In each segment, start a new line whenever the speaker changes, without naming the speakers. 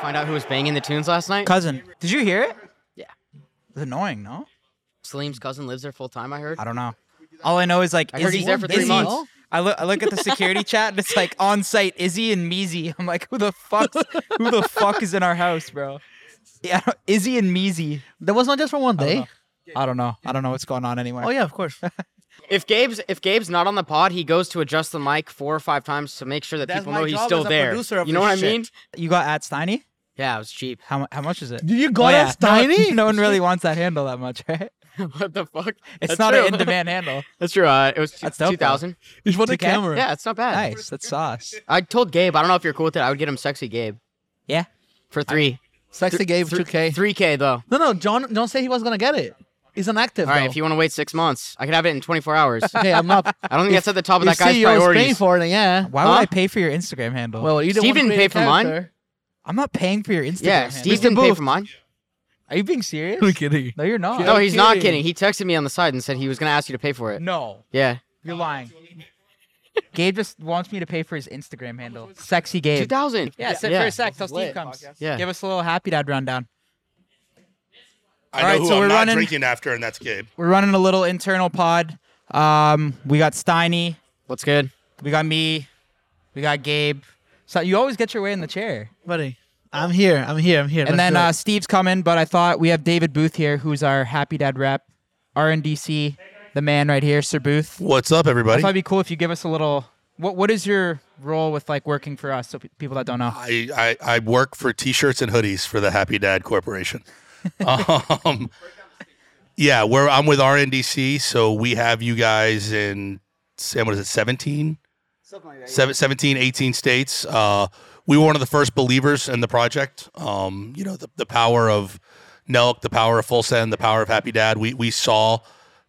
find out who was banging the tunes last night?
Cousin. Did you hear it?
Yeah.
It's annoying, no?
Salim's cousin lives there full time. I heard.
I don't know. All I know is like
I heard
Izzy-
he's there for three
Izzy-
months.
I look, I look at the security chat and it's like on site Izzy and Meezy. I'm like, who the fuck? Who the fuck is in our house, bro? Yeah, I don't- Izzy and Meezy.
That was not just for one
I don't
day.
know. I don't know. I don't know what's going on anywhere.
Oh yeah, of course.
If Gabe's if Gabe's not on the pod, he goes to adjust the mic four or five times to make sure that
That's
people
my
know he's
job
still
as a
there.
producer of
You know what
this
I mean?
You got at Steiny?
Yeah, it was cheap.
How mu- how much is it?
You
Oh,
got
yeah.
us
No one-
tiny.
No, one really wants that handle that much, right?
what the fuck?
It's
That's
not
true.
an in-demand handle.
That's true. Uh, it was two,
That's dope, though.
two thousand.
It's for the
2K?
camera.
Yeah, it's not bad.
Nice. That's sauce.
I told Gabe. I don't know if you're cool with it. I would get him sexy Gabe
Yeah.
for three.
Sexy gave two K.
Three K though.
No, no. John, John said he was gonna get it. He's inactive.
All right,
though.
if you want to wait six months, I could have it in 24 hours. I
Okay, I'm up.
don't think that's at the top of that
if
guy's
CEO is paying
priorities.
for it, then yeah.
Why would
Huh?
I pay for your Instagram handle?
Well, you didn't
Steve
want to
didn't
create
pay
a
for mine.
character.
I'm not paying for your Instagram
yeah,
handle.
Steve didn't pay
Booth.
for mine.
Are you being serious?
I'm kidding.
No, you're not.
No, he's not
kidding.
kidding. He texted me on the side and said he was gonna ask you to pay for it.
No,
Yeah,
you're lying. Gabe just wants me to pay for his Instagram handle. Sexy
two
Gabe.
thousand.
Yeah, sit for a sec till Steve comes.
Yeah.
Give us a little happy dad rundown.
I
All
know
right,
who
so
I'm
we're
not
running-
drinking after, and that's Gabe.
We're running a little internal pod. Um, we got Steiny,
What's good?
we got me, we got Gabe. So you always get your way in the chair.
buddy. I'm here. I'm here. I'm here.
And
Let's
then
do it.
uh, Steve's coming, but I thought we have David Booth here, who's our happy dad rep, RNDC, the man right here, Sir Booth.
What's up,
I
everybody?
thought it'd be cool if you give us a little. What What is your role with like working for us? So pe- people that don't know.
I, I, I work for t-shirts and hoodies for the Happy Dad Corporation. um, yeah, where I'm with RNDC, so we have you guys in Sam. What is it? Seventeen. Seven, 17, 18 states. Uh, we were one of the first believers in the project. Um, you know, the, the power of Nelk, the power of Full Send, the power of Happy Dad. We, we saw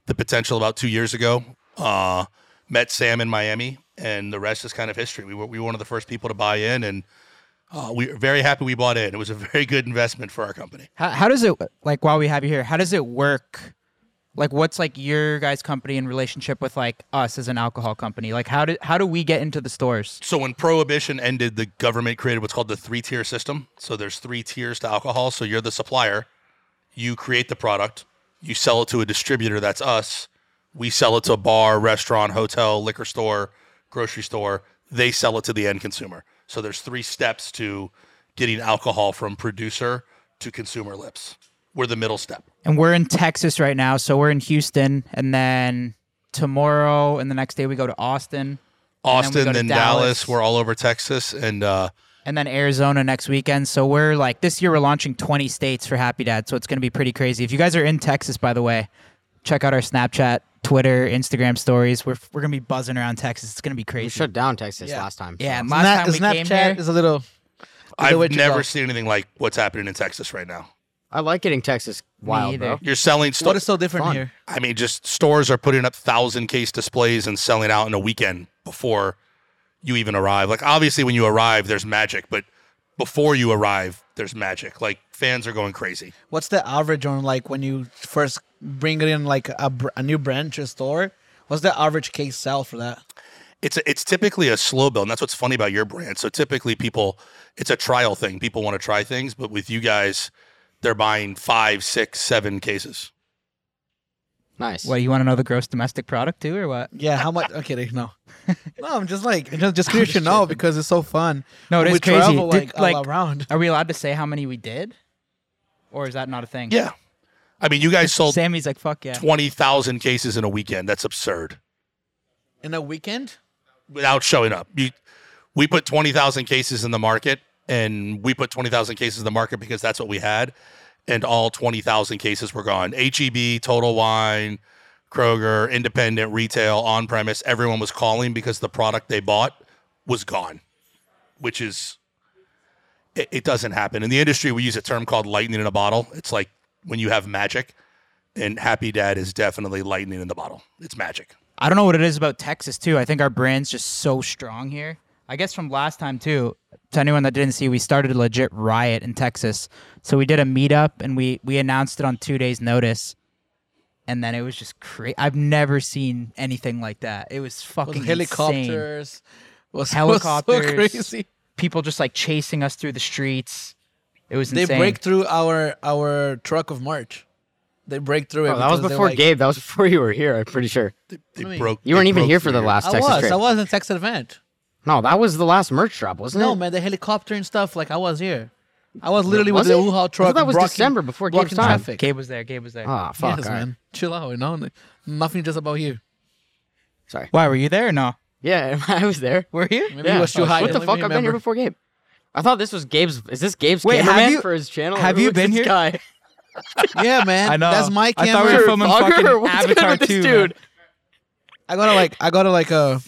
the potential about two years ago. Uh, met Sam in Miami, and the rest is kind of history. We were, we were one of the first people to buy in, and uh, we are very happy we bought in. It was a very good investment for our company.
How, how does it like while we have you here? How does it work? Like, what's like your guys' company in relationship with like us as an alcohol company? Like, how do how do we get into the stores?
So when prohibition ended, the government created what's called the three tier system. So there's three tiers to alcohol. So you're the supplier, you create the product, you sell it to a distributor. That's us. We sell it to a bar, restaurant, hotel, liquor store, grocery store. They sell it to the end consumer. So there's three steps to getting alcohol from producer to consumer lips. We're the middle step.
And we're in Texas right now, so we're in Houston, and then tomorrow and the next day we go to Austin, And then we
Austin,
go
then,
to
Dallas.
Dallas.
We're all over Texas, and uh,
and then Arizona next weekend. So we're like this year we're launching 20 states for Happy Dad, so it's gonna be pretty crazy. If you guys are in Texas, by the way, check out our Snapchat, Twitter, Instagram stories. We're we're gonna be buzzing around Texas. It's gonna be
We
crazy.
shut down Texas last time.
Yeah,
so-
last
Sna-
time we came
Snapchat
here,
is a little. what
I've
you
never
call-
seen anything like what's happening in Texas right now.
I like getting Texas wild,
either.
bro.
You're selling stuff.
What is so different
fun.
here?
I mean, just stores are putting up thousand case displays and selling out in a weekend before you even arrive. Like, obviously, when you arrive, there's magic, but before you arrive, there's magic. Like, fans are going crazy.
What's the average on like when you first bring it in like a, br- a new brand to a store? What's the average case sell for that?
It's a, it's typically a slow build, and that's what's funny about your brand. So typically, people, it's a trial thing. People want to try things, but with you guys, they're buying five, six, seven cases.
Nice.
What you want to know the gross domestic product too, or what?
Yeah, how much? Okay, they- no, no. I'm just like I'm just, just curious to know because it's so fun.
No, it
When
is
we
crazy.
Travel,
Did-
like, all
like-
around.
Are we allowed to say how many we did, or is that not a thing?
Yeah, I mean, you guys sold
Sammy's like, fuck yeah.
twenty thousand cases in a weekend. That's absurd.
In a weekend,
without showing up. You, we put 20,000 cases in the market and we put 20,000 cases in the market because that's what we had. And all 20,000 cases were gone. HEB, Total Wine, Kroger, independent, retail, on premise, everyone was calling because the product they bought was gone, which is, it, it doesn't happen. In the industry, we use a term called lightning in a bottle. It's like when you have magic, and Happy Dad is definitely lightning in the bottle. It's magic.
I don't know what it is about Texas too. I think our brand's just so strong here. I guess from last time too. To anyone that didn't see, we started a legit riot in Texas. So we did a meetup and we we announced it on two days' notice, and then it was just crazy. I've never seen anything like that. It was fucking
was
insane.
helicopters. Was was
Helicopters.
so crazy.
people just like chasing us through the streets. It was
They
insane.
break through our our truck of March. They break through it.
Oh, that was
because they
before
like-
Gabe. That was before you were here. I'm pretty sure.
They
mean,
broke.
You
they
weren't even
broke
here for
through
the last
I
Texas
was.
trip.
I was in Texas event.
No, that was the last merch drop, wasn't
No,
it?
man, the helicopter and stuff. Like I was here. I was literally
Was
with
it?
the U-Haul
I thought
truck.
that was
blocking-
December before Gabe's
blocking
time.
traffic.
Um, Gabe was there. Gabe was there.
Ah, fuck.
yes,
all right.
man. Chill out. You know, nothing just about you.
Sorry.
Why were you there or no?
Yeah, I was there.
Were you?
Maybe it was too high.
Oh, What the
Let me
fuck? I've been here
remember.
before Gabe. I thought this was Gabe's. Is this Gabe's
Wait, have
cameraman
you-
for his channel?
have
Who
you
is
been
this
here?
Guy?
Yeah, man.
I know.
That's my
I
camera.
thought we were filming
Vlogger?
fucking
What's
Avatar
good with
2,
this
man.
dude?
I gotta like. I gotta like a.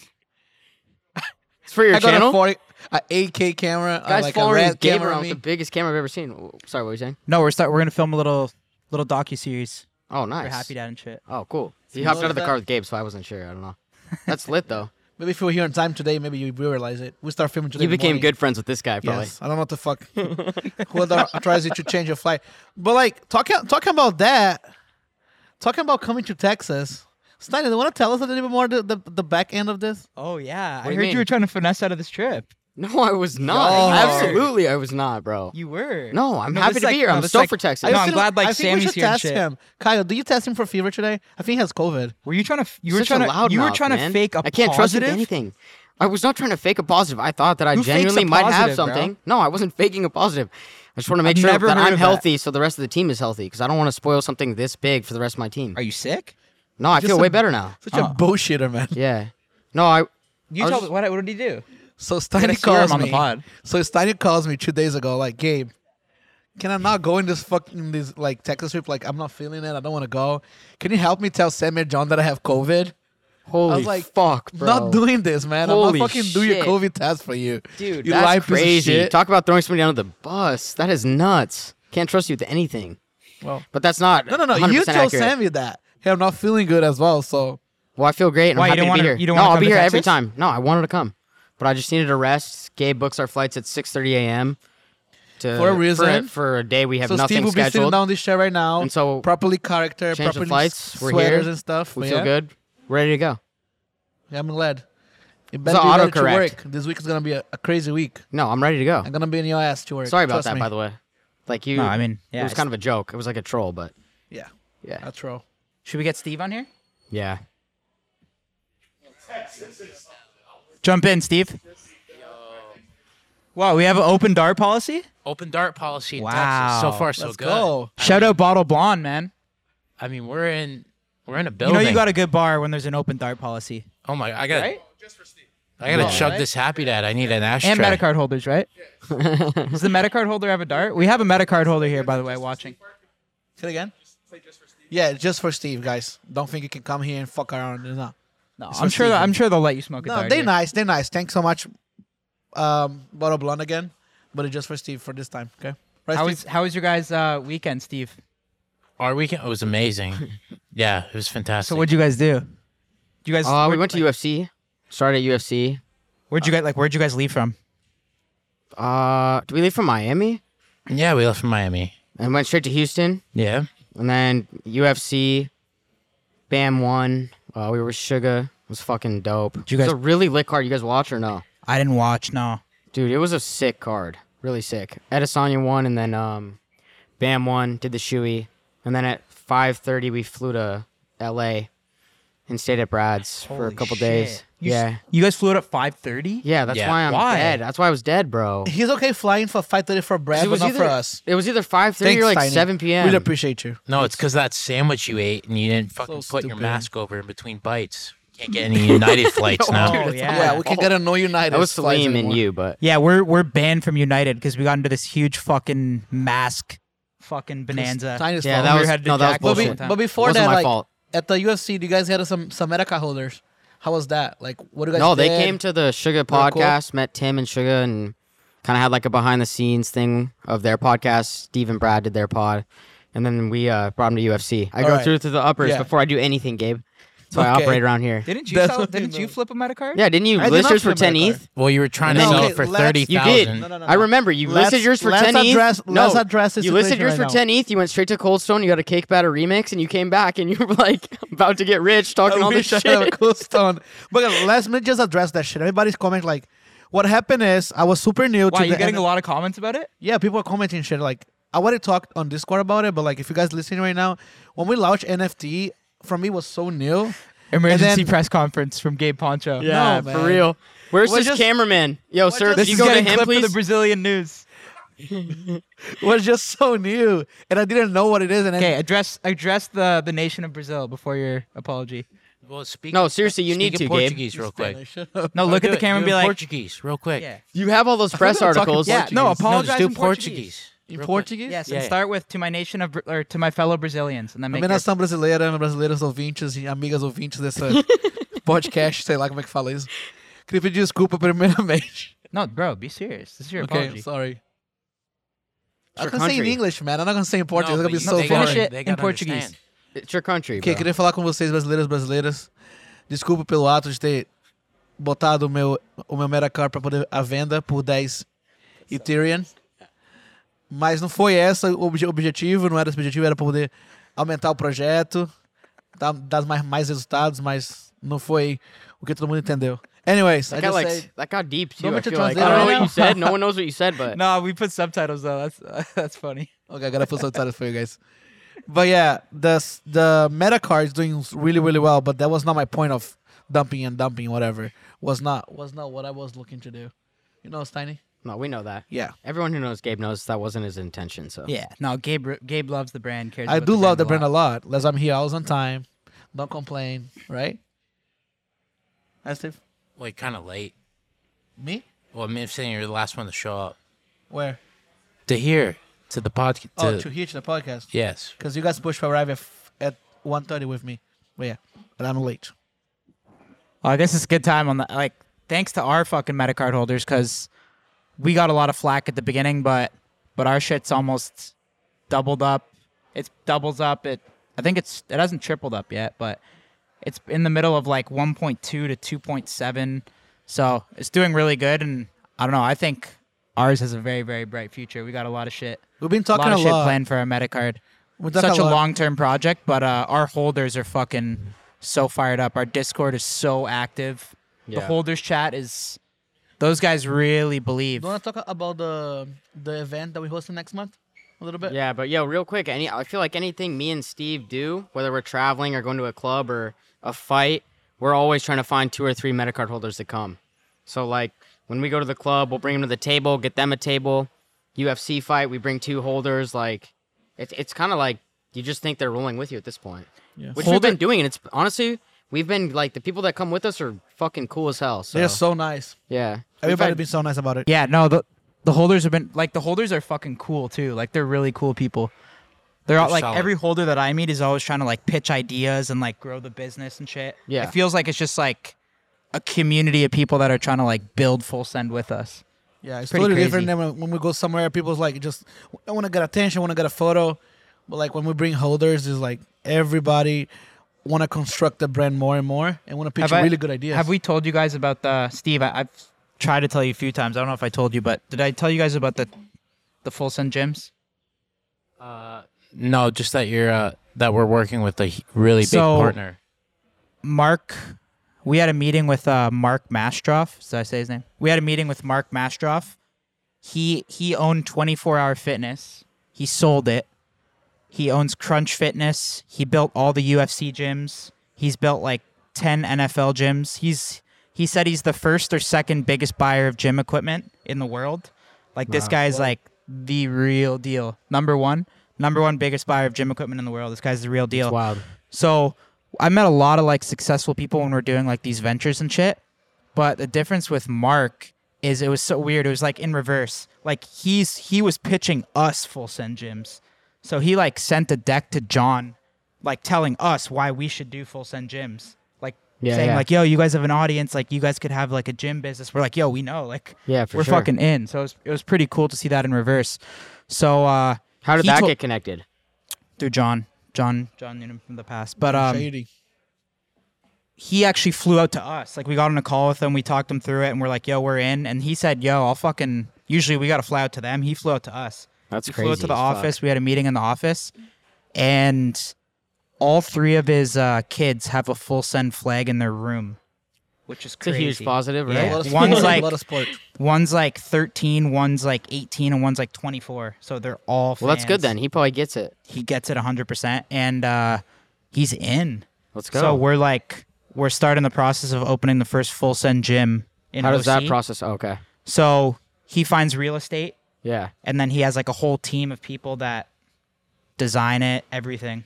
It's for your
I got
channel.
a 40, a 8K camera. uh,
Guys,
like a
following
red
Gabe
camera.
around
me.
with the biggest camera I've ever seen. W- Sorry, what were you saying?
No, we're start. We're gonna film a little little docu series
Oh,
for
nice.
Happy Dad and shit.
Oh, cool. He
You
hopped out
notice
of the
that?
car with Gabe, so I wasn't sure. I don't know. That's lit though.
Maybe if we were here on time today, maybe you realize it. We start filming today.
You
in the
became
morning.
good friends with this guy, probably.
Yes. I don't know what the fuck. Whoever tries to change your flight, but like talking talking about that, talking about coming to Texas. Steiner, do you want to tell us a little bit more the, the, the back end of this?
Oh yeah,
do
I
you
heard
mean?
you were trying to finesse out of this trip.
No, I was not.
Oh.
Absolutely, I was not, bro.
You were.
No, I'm happy
this
to
like-
be here.
no,
I'm
this
stoked
like-
for Texas.
I
No,
am glad like
I think we
Sammy's
should
here and
test
shit.
him. Kyle, do you test him for fever today? I think he has COVID.
Were you trying to? f- You were
Such a
trying to. You were
loudmouth,
trying to
man.
fake a
I can't trust you to
positive?
anything. I was not trying to fake a positive. I thought that I
Who fakes a
genuinely might have
positive, bro?
something. No, I wasn't faking a positive. I just want to make
I've
sure
never
that
heard
I'm
of
healthy so the rest of the team is healthy because I don't want to spoil something this big for the rest of my team.
Are you sick?
No, I
Just
feel
a-
way better now.
Such
Oh.
a bullshitter, man.
Yeah. No, I. I
You
was
told
just-
me what? What did he do?
So Steiner
see him
calls
on the
me.
pod.
So Steiner calls me two days ago, like Gabe, can I not go in this fucking this like Texas trip? Like I'm not feeling it. I don't want to go. Can you help me tell Sam and John that I have COVID?
Holy
I was like,
fuck, bro.
Not doing this, man. I'm
Holy
not fucking do your
shit.
COVID test for you,
Dude,
You
that's
lie piece of
crazy.
shit.
Talk about throwing somebody under the bus. That is nuts. Can't trust you with anything.
Well-
but that's not.
No, no, no.
100%
You told
accurate.
Sammy that. Hey, I'm not feeling good as well. So
Well, I feel great. And
Why,
I'm
you
happy
don't
to
wanna-
be here.
you don't
no,
wanna
I'll
come
be
to
here every
Texas?
time. No, I wanted to come, but I just needed a rest. Gabe books our flights at 6:30 a.m. to-
For a reason.
For, for a day we have
so
nothing
Steve will be sitting
scheduled.
down this chair right now.
And so
properly character,
change of
properly
flights, we're
sweaters
here,
and stuff.
we
but
feel
yeah,
good. Ready to go.
Yeah, I'm led. It
an
better be ready to
autocorrect.
work. This week is gonna be a, a crazy week.
No, I'm ready to go.
I'm gonna be in your ass to work.
Sorry about
Trust
that,
me.
by the way. Like you.
No, I mean, yeah,
it was
it's-
kind of a joke. It was like a troll, but
Yeah,
yeah,
that's true.
Should we get Steve on here?
yeah.
Jump in, Steve. Wow, we have an open door policy.
Open dart policy in
Wow.
Texas. So far, so
Let's
good.
go.
Shout out Bottle Blonde, man.
I mean, we're in we're in a
You
building.
know you got a good bar when there's an open dart policy
oh my! I got.
Right?
to I gotta chug this happy dad. I need an ashtray.
and MetaCard holders, right? Does the MetaCard holder have a dart? We have a MetaCard holder here, by the way, watching.
Say it again. Yeah, just for Steve, guys. Don't think you can come here and fuck around. They're not.
No, I'm sure. I'm sure they'll let you smoke a
No,
dart.
they
here.
nice. They nice. Thanks so much, um, Bottle Blonde again, but it's just for Steve for this time. Okay. Right,
How
Steve?
was how was your guys' uh, weekend, Steve?
Our weekend it was amazing. yeah, it was fantastic.
So what'd you guys do? Did you guys?
Uh, we
where'd-
went to
like,
UFC. Started at UFC.
Where'd you guys like? Where'd you guys leave from?
Uh, did we leave from Miami
yeah, we left from Miami.
and went straight to Houston?
Yeah.
And then UFC, Bam won. Uh, we were with Suga. It was fucking dope. it
you
was
guys-
a really lit card. You guys watch or no?
I didn't watch. No.
Dude, it was a sick card. Really sick. Adesanya won, and then um, Bam won. Did the shoey, and then at 5:30 we flew to LA and stayed at Brad's for a
Holy
couple
shit.
days.
You s-
yeah,
You guys flew out at five thirty.
yeah. That's
Yeah.
why I'm
Why?
dead. That's why I was dead, bro.
He's okay flying for five thirty for Brad,
It
but
was
not
either
for us.
it was either 5:30 or like
Steiny.
7 p.m.
Really appreciate you.
No, it's because that sandwich you ate and you didn't fucking put your
stupid.
mask over in between bites. Can't get any United flights now.
Oh
Yeah,
yeah.
we can get a no United.
that was
flies
Salim and
anymore.
you, but
Yeah, we're we're banned from United because we got into this huge fucking mask, fucking bonanza.
Steiner's
yeah,
fault.
that
we
was
had to
no, that was
jack all
But,
the
be-
bullshit.
time.
but before
Wasn't
that,
my
like
fault.
at the UFC, you guys had some some Medica holders. How was that? Like, what do you guys?
No, they
did?
came to the Sugar
They're cool.
podcast, met Tim and Sugar, and kind of had like a behind the scenes thing of their podcast. Steve and Brad did their pod, and then we uh, brought them to UFC. I go
Alright.
through to the uppers
Yeah.
before I do anything, Gabe. So I
Okay.
operate around here.
Didn't
you That's sell- what they
didn't
didn't you
you
know.
flip a metacard?
yeah, didn't you
I did
list
not
yours for
flip my
ten E?
car.
ETH?
Well, you were trying to
No,
sell
okay,
it for
let's-
thirty
You did.
thousand.
No, no, no,
I remember you
Let's-
listed yours for
let's
ten ETH.
address-
no,
let's address the
you listed
situation
yours
right
for
now.
ten ETH. You went straight to Cold Stone. You got a Cake Batter remix, and you came back, and you were like about to
Oh,
get rich, talking all this
wish I had a
shit.
cool stone. But uh, let's me just address that shit. Everybody's comment like, What happened is I was super new
Wow,
to
you're
the
getting
N-
a lot of comments about it.
Yeah, people are commenting shit. Like I already talked on Discord about it, but like if you guys listening right now, when we launched NFT, for me was so new.
Emergency
then-
press conference from Gabe Poncho.
Yeah,
Yeah,
No, man.
for real. Where's
Well,
this
just-
cameraman? Yo, sir,
just-
could
this
you
is
go to
getting
him,
clipped for
please?
the Brazilian news.
was just so new, and I didn't know what it is. And then-
Okay, address address the the nation of Brazil before your apology.
Well, speak.
No, seriously, you
speak
need
in
to, Gabe.
Portuguese real quick.
No, look
Do
at the
it.
camera and
Do it
be
in
like,
Portuguese real quick.
yeah,
you have all those press
not talking
articles.
yeah. No,
No,
apologize
just do
in Portuguese.
Portuguese.
in
real quick.
Portuguese.
Yes,
Yeah,
and
yeah.
start with to my nation of Br- or to my fellow Brazilians, and then make. your-
Apenas nação brasileira, brasileiros ouvintes e amigas ouvintes dessa podcast, sei lá como é que fala isso. Queria pedir desculpa primeiramente.
No, bro, be serious. This is your
Okay,
apology.
sorry.
It's
I'm
your
gonna say in
country.
English, man. I'm not gonna say in Portuguese. I'm
No,
gonna be
but
so
they
gotta-
boring.
Finish it
they
in
gotta
Portuguese.
understand.
It's your country,
Ok,
bro.
queria falar com vocês, brasileiros brasileiras. Desculpa pelo ato de ter botado o meu, o meu Metacar para poder à venda por 10 Ethereum. Mas não foi esse o obje- objetivo, não era esse o objetivo, era pra poder aumentar o projeto, dar, dar mais, mais resultados, mas não foi o que todo mundo entendeu. Anyways,
That
I
got,
just
like,
said,
s- that got deep, too. I,
Moment to
feel like. I
translate
don't know
right
what
now.
you said. No one knows what you said, but
No, we put subtitles though. That's that's funny.
okay, I gotta put some titles for you guys. But yeah, the s- the Metacar is doing s- really really well, but that was not my point of dumping and dumping whatever. Was not was not what I was looking to do. You know, Steiny.
no, we know that.
Yeah,
Everyone who knows Gabe knows that wasn't his intention, so.
Yeah. No, Gabe re- Gabe loves the brand. Cares.
I
about
do love the
brand
brand
a
a
lot.
lot. As I'm here, I was on time. Don't complain, right? That's it.
Well, you're kind of late.
Me?
Well, I mean, I'm saying you're the last one to show up
Where?
to here to the podcast.
Oh, to here to the podcast.
yes.
Because you guys pushed for arrive at, f- at 1.30 with me. But yeah, but I'm late.
Well, I guess it's a good time on the like. Thanks to our fucking Metacard holders because we got a lot of flack at the beginning, but but our shit's almost doubled up. It's doubles up. It I think it's it hasn't tripled up yet, but it's in the middle of like 1.2 to 2.7, so it's doing really good. And I don't know. I think ours has a very very bright future. We got a lot of shit.
We've been
a
talking
lot of
a
shit
lot.
planned for our Metacard.
We've talked
Such a
a lot.
long term project, but uh, our holders are fucking so fired up. Our Discord is so active. The
Yeah.
holders chat is. Those guys really believe.
Do you want to talk about the the event that we hosting next month a little bit?
Yeah, but yo, real quick, any I feel like anything me and Steve do, whether we're traveling or going to a club or a fight, we're always trying to find two or three Metacard holders to come. So like when we go to the club, we'll bring them to the table, get them a table. UFC fight, we bring two holders. Like it's it's kind of like you just think they're rolling with you at this point, yeah. which we've
Holder-
been doing, and it's honestly we've been like the people that come with us are fucking cool as hell. So
They're so nice.
yeah,
Everybody been so nice about it.
Yeah, no, the the holders have been like the holders are fucking cool too. Like they're really cool people. They're all
They're
like
solid.
every holder that I meet is always trying to like pitch ideas and like grow the business and shit.
Yeah.
It feels like it's just like a community of people that are trying to like build full send with us.
Yeah, it's
Pretty
totally
crazy.
different than when, when we go somewhere. People's like, just I want to get attention, I want to get a photo, but like when we bring holders, it's like everybody want to construct the brand more and more and want to pitch
Have I-
really good ideas.
Have we told you guys about the Steve? I, I've tried to tell you a few times. I don't know if I told you, but did I tell you guys about the the full send gyms?
No, just that you're uh, that we're working with a h- really big
So-
partner.
Mark, we had a meeting with uh, Mark Mastroff. Did I say his name? We had a meeting with Mark Mastroff. He he owned 24 Hour Fitness. He sold it. He owns Crunch Fitness. He built all the UFC gyms. He's built like 10 NFL gyms. He's he said he's the first or second biggest buyer of gym equipment in the world. Like this guy is like the real deal. Number one, number one biggest buyer of gym equipment in the world. This guy's the real deal.
wild.
So I met a lot of like successful people when we're doing like these ventures and shit. But the difference with Mark is it was so weird. It was like in reverse. Like he's he was pitching us full send gyms. So he like sent a deck to John, like telling us why we should do full send gyms. Like
Yeah,
saying
yeah.
like, yo, you guys have an audience, like you guys could have like a gym business. We're like, yo, we know. Like
Yeah, for
we're
sure.
fucking in. So it was, it was pretty cool to see that in reverse. So uh
How did
he
that
told-
get connected?
through John. John John Noonan from the past. But um
Shady.
he actually flew out to us. Like we got on a call with him, we talked him through it, and we're like, "Yo, we're in." And he said, "Yo, I'll fucking." Usually we gotta fly out to them. He flew out to us.
That's
he
crazy.
Flew out to the
as fuck.
office. We had a meeting in the office, and all three of his uh, kids have a full send flag in their room. which is
It's a
crazy.
huge positive, right?
Yeah.
A lot of
One's
sport,
like-
a lot of sport.
One's like 13, one's like 18, and one's like 24. So they're all.
Well, that's good
fans.
then. He probably gets it.
He gets it 100%, and uh, he's in.
Let's go.
So we're like we're starting the process of opening the first full send gym. In
How does that
OC.
process? oh, okay.
So he finds real estate,
Yeah.
and then he has like a whole team of people that design it, everything.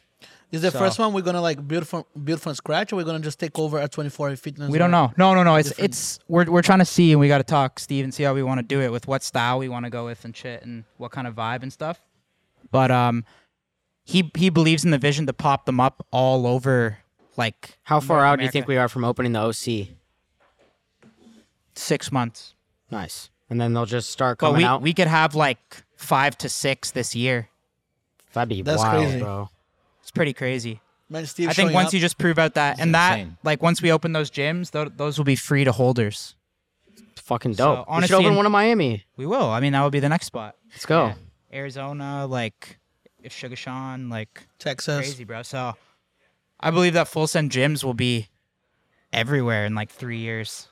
Is the
So-
first one we're gonna like build from build from scratch, or we're gonna just take over at 24 fitness?
We don't know. No, no, no. It's it's we're we're trying to see, and we got to talk, Steve, and see how we want to do it with what style we want to go with and shit, and what kind of vibe and stuff. But um, he he believes in the vision to pop them up all over, like
How far
North
out do you think
America.
we are from opening the OC?
six months.
Nice. And then they'll just start
But
coming
we
out.
we could have like five to six this year.
That'd be
That's
wild,
crazy.
bro.
It's pretty crazy.
Man, Steve
I think
showing
once
up.
you just prove out that and that,
insane.
like once we open those gyms, th- those will be free to holders.
It's fucking dope. we should
honestly,
open
in-
one in Miami.
We will. I mean, that would be the next spot.
Let's go.
Yeah. Arizona, like if Sugar Sean, like
Texas.
crazy, bro. So I believe that full send gyms will be everywhere in like three years.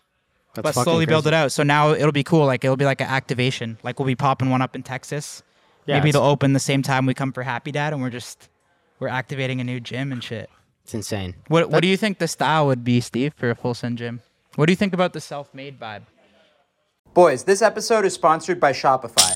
That's
but slowly build it out. So now it'll be cool. Like it'll be like an activation. Like we'll be popping one up in Texas.
Yeah,
Maybe
it's-
they'll open the same time we come for Happy Dad, and we're just we're activating a new gym and shit.
It's insane.
What What do you think the style would be, Steve, for a full send gym? What do you think about the self made vibe?
Boys, this episode is sponsored by Shopify.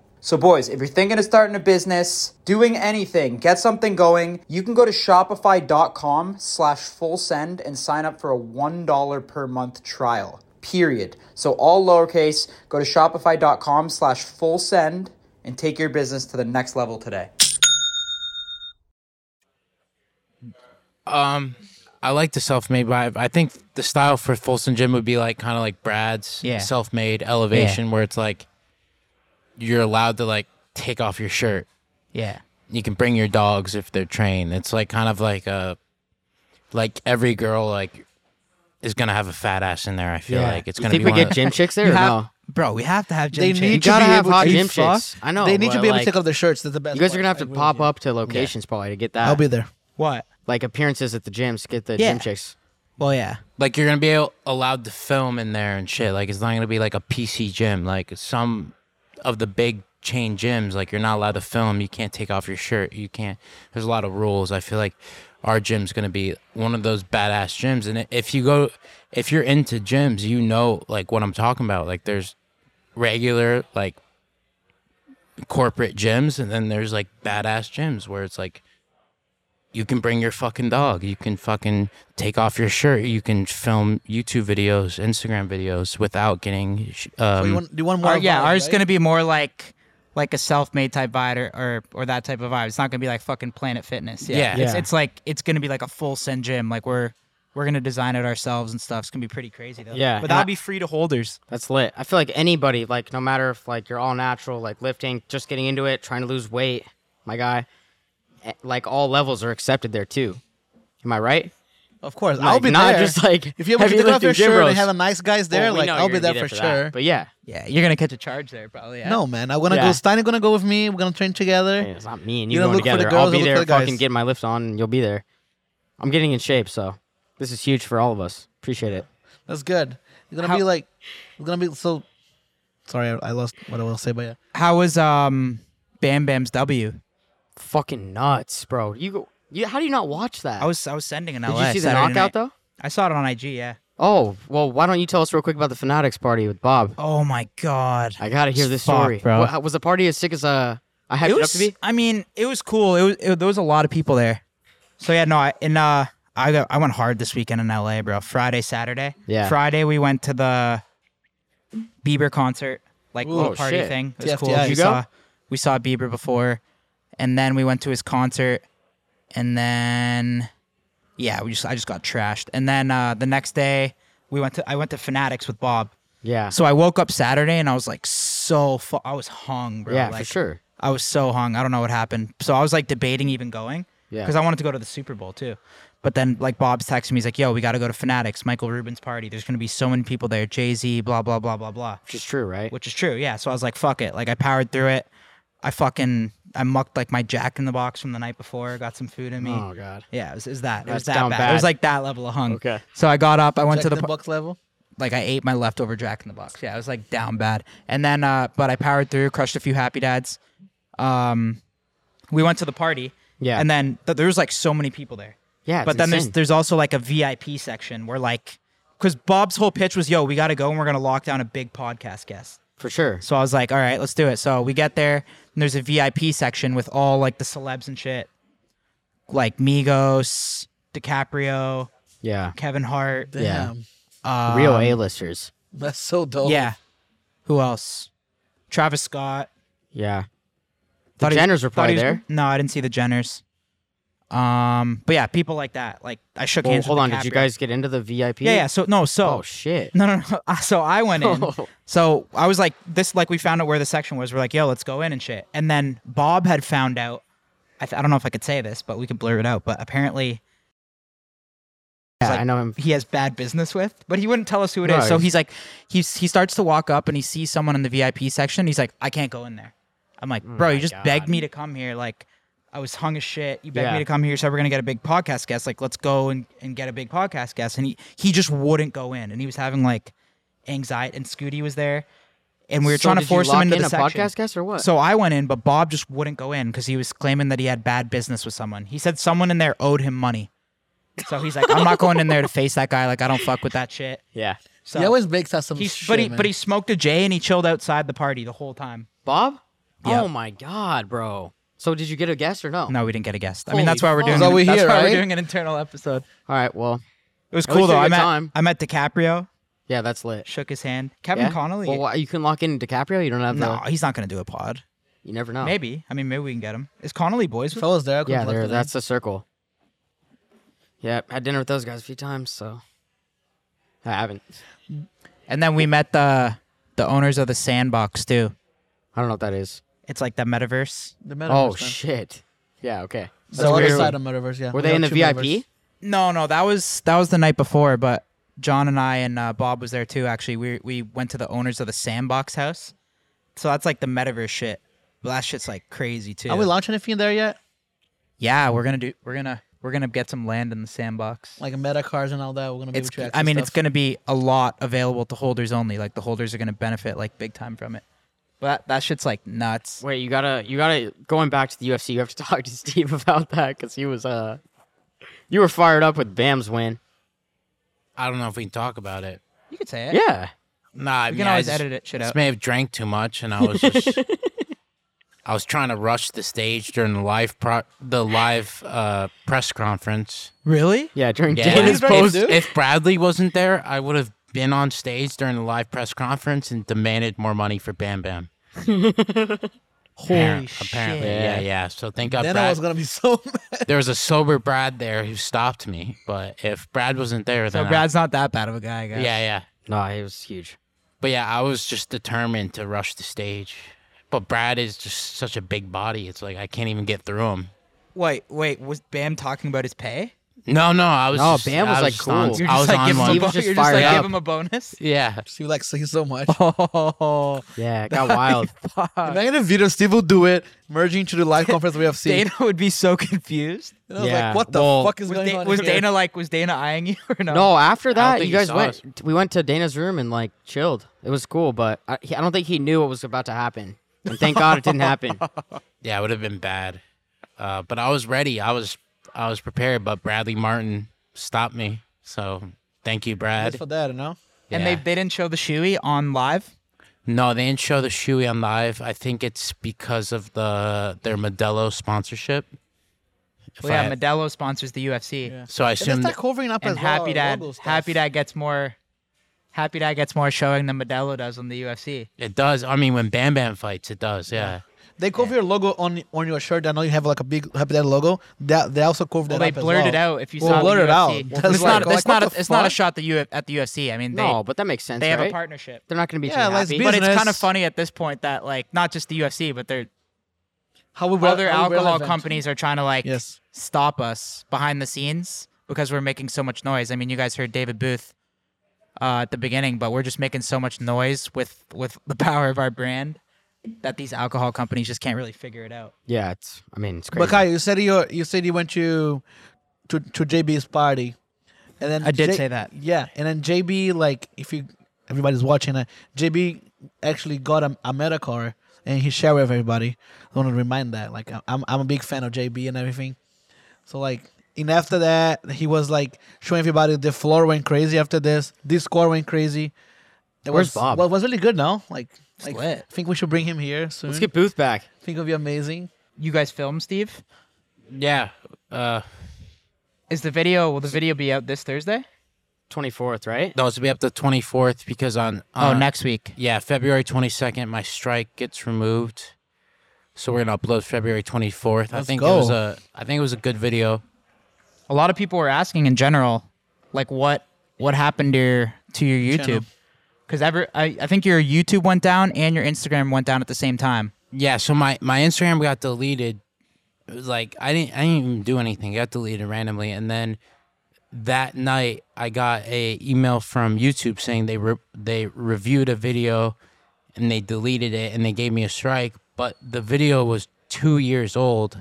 So, boys, if you're thinking of starting a business, doing anything, get something going, you can go to shopify.com slash full send and sign up for a $1 per month trial, period. So, all lowercase, go to shopify.com slash full send and take your business to the next level today.
Um, I like the self-made vibe. I think the style for Folsom Gym would be like kind of like Brad's
Yeah.
self-made elevation, where it's like you're allowed to like take off your shirt.
Yeah,
You can bring your dogs if they're trained. It's like kind of like a like every girl like is gonna have a fat ass in there. I feel like it's
You
gonna
think
be
we
one
get
of-
gym chicks there or
You have-
no?
bro, we have to have gym.
They
chicks.
need
You
to
gotta
be
have
able
hot
to
gym
fuck.
chicks. I know.
They need to
but,
be able
like,
to take off their shirts. That's the best.
You guys are
part.
gonna have
I
to
agree
pop
with you.
up to locations probably to get that.
I'll be there.
what?
like appearances at the gyms. to Get the
Yeah.
gym chicks.
Well, yeah,
like you're gonna be al- allowed to film in there and shit. Like it's not gonna be like a PC gym. Like some of the big chain gyms, like you're not allowed to film. You can't take off your shirt. You can't. There's a lot of rules. I feel like our gym's gonna be one of those badass gyms. And if you go, if you're into gyms, you know like what I'm talking about. Like there's regular like corporate gyms, and then there's like badass gyms where it's like you can bring your fucking dog. You can fucking take off your shirt. You can film YouTube videos, Instagram videos without getting. sh- Um,
Do you want, do you want more?
Our, yeah,
vibe,
ours is
right?
gonna be more like like a self made type vibe or, or or that type of vibe. It's not gonna be like fucking Planet Fitness. Yeah,
Yeah.
It's,
Yeah.
it's like it's gonna be like a full send gym. Like we're we're gonna design it ourselves and stuff. It's gonna be pretty crazy though.
Yeah,
but
and
that'll
I-
be free to holders.
That's lit. I feel like anybody, like no matter if like you're all natural, like lifting, just getting into it, trying to lose weight, my guy, eh, like all levels are accepted there too. Am I right?
Of course, I'll
Like,
be
not
there.
just like
if you have to take
heavy
off your
lifting gym
shirt
bros.
and have a nice guys there,
Well, we
like
know
I'll
you're
be there
gonna
for,
be
sure.
But yeah,
Yeah, you're gonna catch a charge there probably. Yeah.
No, man, I'm gonna
Yeah.
go. Stein gonna go with me. We're gonna train together.
Hey, it's not me and you
You know,
going
look for the
together.
girls,
I'll be
look
there,
for the
fucking
guys.
get my lift on, and you'll be there. I'm getting in shape, so this is huge for all of us. Appreciate it.
That's good. It's gonna
How-
be like It's gonna be so. Sorry, I, I lost what I will say, but yeah.
How was um Bam Bam's W?
Fucking nuts, bro. You go. You, how do you not watch that?
I was I was sending an
Did
LA
you see the
Saturday
knockout
night.
though?
I saw it on IG. Yeah.
Oh, well, why don't you tell us real quick about the Fanatics party with Bob?
Oh my god.
I gotta hear this
Fuck,
story,
bro.
What- how- was the party as sick as uh, I hyped
it
it,
was.
up to be?
I mean, it was cool. It was. It, there was a lot of people there. So yeah, no, I and uh, I got, I went hard this weekend in LA, bro. Friday, Saturday.
Yeah.
Friday we went to the Bieber concert, like little
Oh,
party
shit.
thing. It was
TFTI.
cool.
Did
we
you
go?
saw we saw Bieber before, and then we went to his concert, and then yeah, we just I just got trashed, and then uh, the next day we went to I went to Fanatics with Bob.
Yeah.
So I woke up Saturday and I was like so fu- I was hung, bro.
yeah, for
Like,
sure.
I was so hung. I don't know what happened. So I was like debating even going.
Yeah.
Because I wanted to go to the Super Bowl too. But then like Bob's texting me, he's like, yo, we got to go to Fanatics, Michael Rubin's party. There's going to be so many people there. Jay Z, blah, blah, blah, blah, blah.
Which is true, right?
Which is true. Yeah. So I was like, fuck it. Like I powered through it. I fucking, I mucked like my jack in the box from the night before, got some food in me.
Oh god.
Yeah, it was, it was that. It was
That's down
that bad. It was
bad.
like that level of hung.
Okay.
So I got up. I went
Back
to the,
the
par-
box level.
like I ate my leftover Jack in the Box. Yeah, I was like down bad. And then uh but I powered through, crushed a few happy dads. Um we went to the party.
Yeah.
And then th- there was like so many people there.
Yeah. It's
but then there's
insane.
there's also like a VIP section where like cuz Bob's whole pitch was yo, we got to go and we're going to lock down a big podcast guest.
for sure.
So I was like, all right, let's do it. So we get there, and there's a VIP section with all like the celebs and shit. Like Migos, DiCaprio,
Yeah.
Kevin Hart,
Yeah.
Damn.
uh,
Real A-listers.
That's so dope.
Yeah. Who else? Travis Scott.
Yeah. The
Thought he-
Jenners were
thought he
probably there.
No, I didn't see the Jenners. Um, but yeah, people like that. Like I shook
Well,
hands.
hold
with
on. Did you
DiCaprio.
guys get into the VIP?
Yeah, yeah. So no, so
Oh shit.
no, no, no. So I went in. So I was like, this, like we found out where the section was. We're like, yo, let's go in and shit. And then Bob had found out. I, th- I don't know if I could say this, but we could blur it out. But apparently
Yeah,
like-
I know him.
he has bad business with, but he wouldn't tell us who it is.
No,
So
he's-
he's like, he's he starts to walk up and he sees someone in the VIP section. He's like, I can't go in there. I'm like, bro, you
my
just
God.
begged me to come here. Like, I was hung as shit. You begged
Yeah.
me to come here. You said we're gonna get a big podcast guest. Like, let's go and, and get a big podcast guest. And he he just wouldn't go in. And he was having like anxiety. And Scooty was there, and we were
So
trying to
did you
force him
lock
into
in
the
a
section.
podcast guest or what?
So I went in, but Bob just wouldn't go in because he was claiming that he had bad business with someone. He said someone in there owed him money. So he's like, I'm not going in there to face that guy. Like, I don't fuck with that shit.
yeah.
So
He always makes us some
he's,
shit,
but he
man.
but he smoked a J and he chilled outside the party the whole time.
Bob?
Yeah.
Oh my god, bro. So did you get a guest or no?
No, we didn't get a guest. I mean,
Holy
that's why we're
fuck.
doing.
So
an-
we
that's
here,
why
right?
we're doing an internal episode.
All right, well,
It was
At least
cool
you
though.
had a
I
good
met
time.
I met DiCaprio,
yeah, that's lit.
shook his hand. Kevin
yeah?
Connolly.
Well, why- you can lock in DiCaprio. You don't have
no,
the. Oh.
he's not gonna do a pod.
You never know.
Maybe. I mean, maybe we can get him. Is Connolly boys?
If
With
I was there, I could
Yeah, there. That's the circle. Yeah, had dinner with those guys a few times, so I haven't.
and then we met the the owners of the Sandbox too.
I don't know what that is.
It's like the metaverse.
the
oh
metaverse, man.
shit. Yeah. Okay.
The
That's
other
weird.
side of metaverse. Yeah.
Were
We
they in the
have two
VIP?
metaverse.
No, no, that was that was the night before, but John and I and uh, Bob was there too. Actually, we we went to the owners of the Sandbox house, so that's like the metaverse shit. Well, that shit's like crazy too.
Are we launching anything there yet?
yeah, we're gonna do. We're gonna we're gonna get some land in the sandbox.
Like meta cars and all that. We're gonna be
It's.
able to.
I mean, it's gonna be a lot available to holders only. Like the holders are gonna benefit like big time from it. But that, that shit's like nuts.
Wait, you gotta, you gotta. Going back to the UFC, you have to talk to Steve about that because he was, uh, you were fired up with Bam's win.
I don't know if we can talk about it.
You could say it.
Yeah.
Nah, I
You
mean,
can
I
always
just-
edit it shit
just
out.
may have drank too much, and I was just I was trying to rush the stage during the live pro- the live uh, press conference.
Really?
Yeah. During
Yeah.
Dana's
If-
post.
If Bradley wasn't there, I would have been on stage during the live press conference and demanded more money for Bam Bam.
Holy
Appar- apparently,
shit.
yeah, yeah. So thank God
Then I
Brad,
was gonna be so mad.
there was a sober Brad there who stopped me. But if Brad wasn't there,
So
then I-
Brad's not that bad of a guy, I guess.
yeah, yeah.
No, he was huge.
But yeah, I was just determined to rush the stage. But Brad is just such a big body. It's like I can't even get through him.
Wait, wait, was Bam talking about his pay?
No, no, I was.
No,
just-
Bam was,
I
like,
just on-
cool.
I was
like,
on
give
one.
him a
He was
bo-
just
you're just like,
fired
give
up.
him a bonus.
yeah,
Steve likes singing so much.
Oh,
Yeah, it got wild.
Imagine a video Steve will do it, merging to the live conference we have seen.
Dana would be so confused.
And I was
Yeah,
like, what the
well,
fuck is
Was,
going
Da-
on
was
here?
Dana like? Was Dana eyeing you or no?
no, after that,
think
you
he
guys
saw
went.
us.
We went to Dana's room and like chilled. It was cool, but I, he- I don't think he knew what was about to happen. And thank God it didn't happen.
yeah, it would have been bad. Uh, but I was ready. I was, I was prepared. But Bradley Martin stopped me. So thank you, Brad.
Just for that, you know?
And they,
Yeah.
they didn't show the shoey on live.
No, they didn't show the shoey on live. I think it's because of the their Modelo sponsorship. If
Well, yeah,
I-
Modelo sponsors the UFC,
so I
And they
assume
start covering up
and
as well
Happy
our
Dad
logo stuff.
Happy Dad gets more. Happy Dad gets more showing than Modelo does on the UFC.
it does. I mean, when Bam Bam fights, it does. Yeah.
They cover your logo on on your shirt. I know you have like a big Happy Dad logo. That they also cover
Well,
that
they
up as
blurred it
well.
out. If you
Well,
saw
blurred
the
it out.
UFC.
That's
it's not.
like-
it's
like, what
not. A,
the
it's not a
fuck?
shot that you at the UFC. I mean, they
no, but that makes sense.
they have
right?
a partnership.
They're not going to be
Yeah,
too
let's
happy.
be-
But it's kind of
business.
funny at this point that like not just the UFC, but their
How we
other
how we
alcohol
relevant.
companies are trying to like
Yes.
stop us behind the scenes because we're making so much noise. I mean, you guys heard David Booth uh, at the beginning, but we're just making so much noise with with the power of our brand that these alcohol companies just can't really figure it out.
yeah, it's. I mean, it's crazy.
But Kai, you said you you said you went to to to JB's party, and then
I did say that.
Yeah, and then JB like if you everybody's watching it, JB actually got a, a Metacar and he shared with everybody. I want to remind that like I- I'm I'm a big fan of JB and everything. So like and after that he was like showing everybody the floor went crazy after this. Discord went crazy. It
Where's
was,
Bob?
Well, it was really good now. Like, like I
lit.
think we should bring him here soon.
Let's get Booth back.
think it'll be amazing.
You guys film, Steve?
Yeah. Uh,
Is the video? Will the video be out this Thursday?
Twenty fourth, right?
those will be up the 24th because on.
oh,
on-
next week.
Yeah, February 22nd, my strike gets removed. So we're gonna upload February 24th. I
Let's
think
go.
it was a. I think it was a good video.
A lot of people were asking in general, like what what happened to your, to your YouTube? Because ever I, I think your YouTube went down and your Instagram went down at the same time.
Yeah. So my my Instagram got deleted. It was like I didn't I didn't even do anything. It got deleted randomly, and then that night I got a email from YouTube saying they re- they reviewed a video and they deleted it and they gave me a strike. But the video was two years old,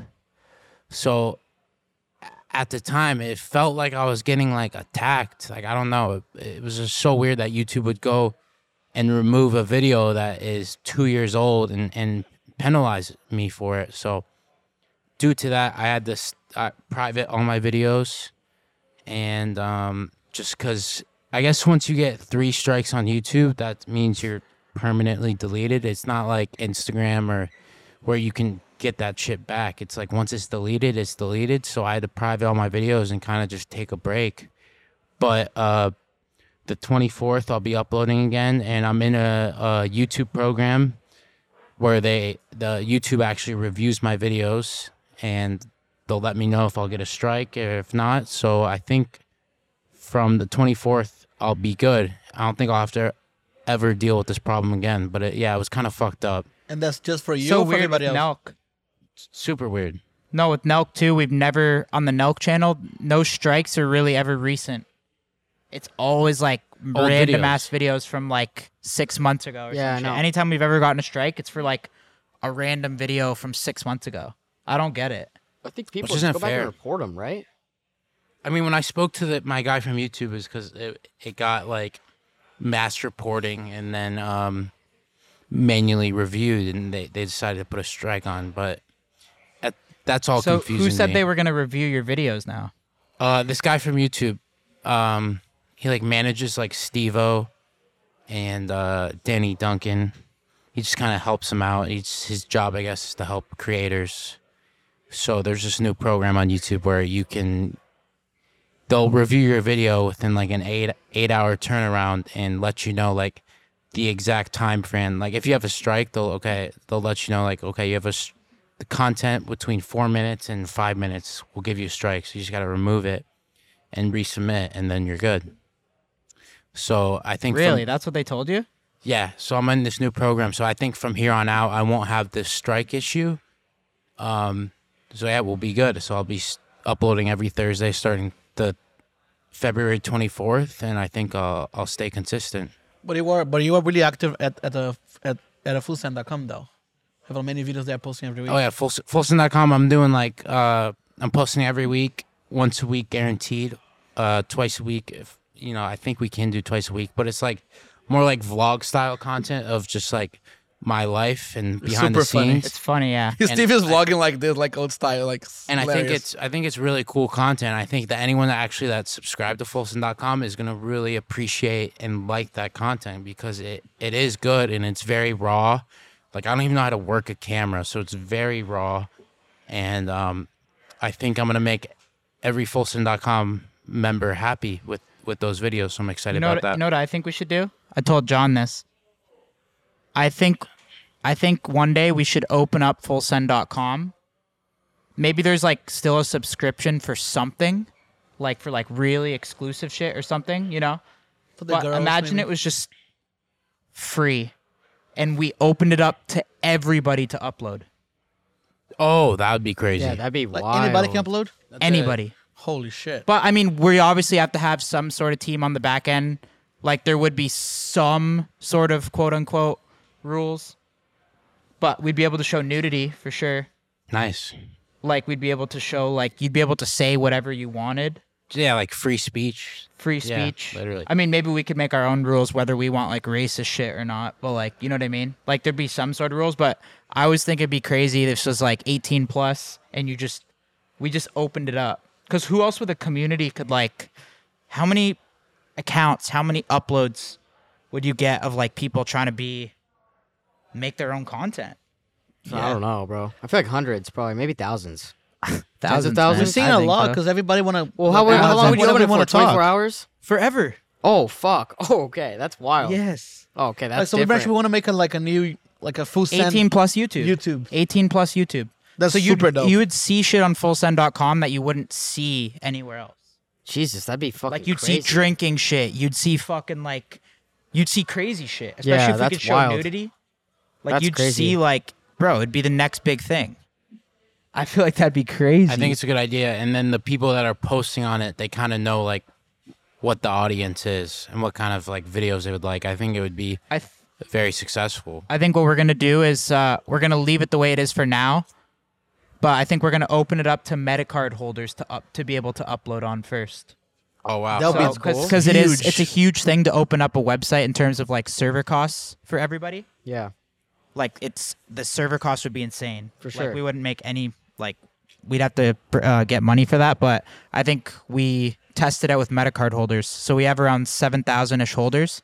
so at the time it felt like I was getting like attacked. Like I don't know. It, it was just so weird that YouTube would go and remove a video that is two years old and and penalize me for it. So due to that, I had this uh, private all my videos, and um, just because I guess once you get three strikes on YouTube, that means you're permanently deleted. It's not like Instagram or where you can get that shit back. It's like once it's deleted, it's deleted. So I had to private all my videos and kind of just take a break. But uh, the 24th, I'll be uploading again, and I'm in a, a YouTube program where they the YouTube actually reviews my videos and they'll let me know if I'll get a strike or if not. So I think from the 24th I'll be good. I don't think I'll have to ever deal with this problem again. But it, yeah, it was kind of fucked up.
And that's just for you.
so
or for
weird
everybody
with
else?
Nelk.
Super weird.
No, with Nelk too, we've never on the Nelk channel. No strikes are really ever recent. It's always like
Old
random
videos.
ass videos from like six months ago. Or
Yeah, I
some shit.
know.
Anytime we've ever gotten a strike, it's for like a random video from six months ago. I don't get it.
I think people
Which
just
isn't
go back
fair.
and report him, right?
I mean, when I spoke to the, my guy from YouTube, is because it, it got like mass reporting and then um, manually reviewed, and they, they decided to put a strike on. But at, that's all
so
confusing.
who said
me.
they were gonna review your videos now?
Uh, this guy from YouTube, um, he like manages like Stevo and uh, Danny Duncan. He just kind of helps him out. He's his job, I guess, is to help creators. So there's this new program on YouTube where you can they'll review your video within like an eight eight hour turnaround and let you know like the exact time frame. Like if you have a strike, they'll okay they'll let you know like okay you have a s- the content between four minutes and five minutes will give you a strike. So you just got to remove it and resubmit, and then you're good. So I think from-
Really? That's what they told you?
yeah, so I'm in this new program. So I think from here on out, I won't have this strike issue. Um, so yeah, we'll be good. So I'll be s- uploading every Thursday starting February 24th, and I think I'll, I'll stay consistent.
But you are but you are really active at at a at, at a fullsend.com though. I have many videos there posting every week.
Oh yeah, Full, Fullsend.com. I'm doing like uh, I'm posting every week, once a week guaranteed, uh, twice a week. If you know, I think we can do twice a week, but it's like more like vlog style content of just like my life and behind
super
the
funny.
scenes.
It's funny, yeah.
Steve is vlogging like this, like old style, like
and I think
hilarious.
it's I think it's really cool content. I think that anyone that actually that subscribed to Folsom.com is gonna really appreciate and like that content because it, it is good and it's very raw. Like I don't even know how to work a camera, so it's very raw. And um, I think I'm gonna make every Folsom.com member happy with with those videos. So I'm excited
You know,
about
what,
that.
you know what I think we should do? I told John this. I think I think one day we should open up fullsend.com. Maybe there's like still a subscription for something, like for like really exclusive shit or something, you know?
For the
But
girls,
imagine
maybe.
it was just free and we opened it up to everybody to upload.
oh, that would be crazy.
Yeah, that'd be
like
wild.
anybody can upload.
Anybody.
Holy shit!
But I mean, we obviously have to have some sort of team on the back end. Like there would be some sort of quote unquote rules, but we'd be able to show nudity for sure.
nice.
Like we'd be able to show like you'd be able to say whatever you wanted,
Yeah, like free speech.
free
Yeah,
speech.
literally.
I mean, maybe we could make our own rules whether we want like racist shit or not. But like, you know what I mean? Like there'd be some sort of rules. But I always think it'd be crazy if this was like 18 plus and you just we just opened it up because who else with a community could like how many accounts, how many uploads would you get of like people trying to be make their own content?
I don't know, bro. I feel like hundreds, probably maybe thousands.
Tens
of thousands?
We're
I
seeing a lot
uh,
because everybody wanna.
Well, how, how long would you open it for?
want to
Twenty
talk?
four hours?
forever.
Oh fuck. Oh okay, that's wild.
Yes.
Oh, okay,
Like,
that's
so we
different.
actually want to make a, like a new, like a full send.
18 plus YouTube.
YouTube.
18 plus YouTube.
That's
so you'd,
super dope.
You would see shit on fullsend.com that you wouldn't see anywhere else.
Jesus, that'd be fucking
Like you'd
crazy.
see drinking shit. You'd see fucking like, you'd see crazy shit. Especially
Yeah,
if we
that's
could show
wild.
nudity. Like
That's
you'd
crazy.
see like, bro, it'd be the next big thing. I feel like that'd be crazy.
I think it's a good idea. And then the people that are posting on it, they kind of know like what the audience is and what kind of like videos they would like. I think it would be
I th-
very successful.
I think what we're gonna do is uh, we're gonna leave it the way it is for now, but I think we're gonna open it up to MetaCard holders to up to be able to upload on first.
Oh wow.
That'll be
because
cool.
it is
Huge.
it's a huge thing to open up a website in terms of like server costs for everybody
Yeah.
like it's the server costs would be insane
For
like
sure.
we wouldn't make any like we'd have to pr- uh, get money for that but i think we tested out with metacard holders so we have around 7000ish holders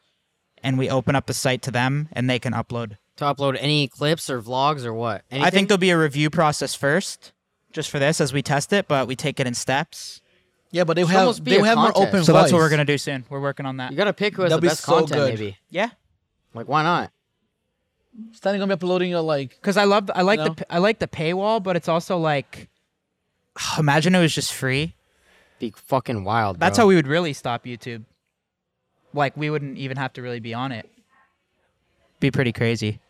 and we open up the site to them and they can upload
To upload any clips or vlogs or what? Anything?
i think there'll be a review process first just for this as we test it but we take it in steps
Yeah, but they
Should
have
almost be
they
a
have more
contest.
open.
so that's what
voice.
we're gonna do soon we're working on that
you gotta pick who has
That'd
the
be
best
so
content.
good.
Maybe
yeah
like why not?
Starting gonna be uploading your like.
Because I love, I like
No?
the, p- I like the paywall, but it's also like, imagine it was just free.
Be fucking wild.
That's
bro.
how we would really stop YouTube. Like we wouldn't even have to really be on it. Be pretty crazy.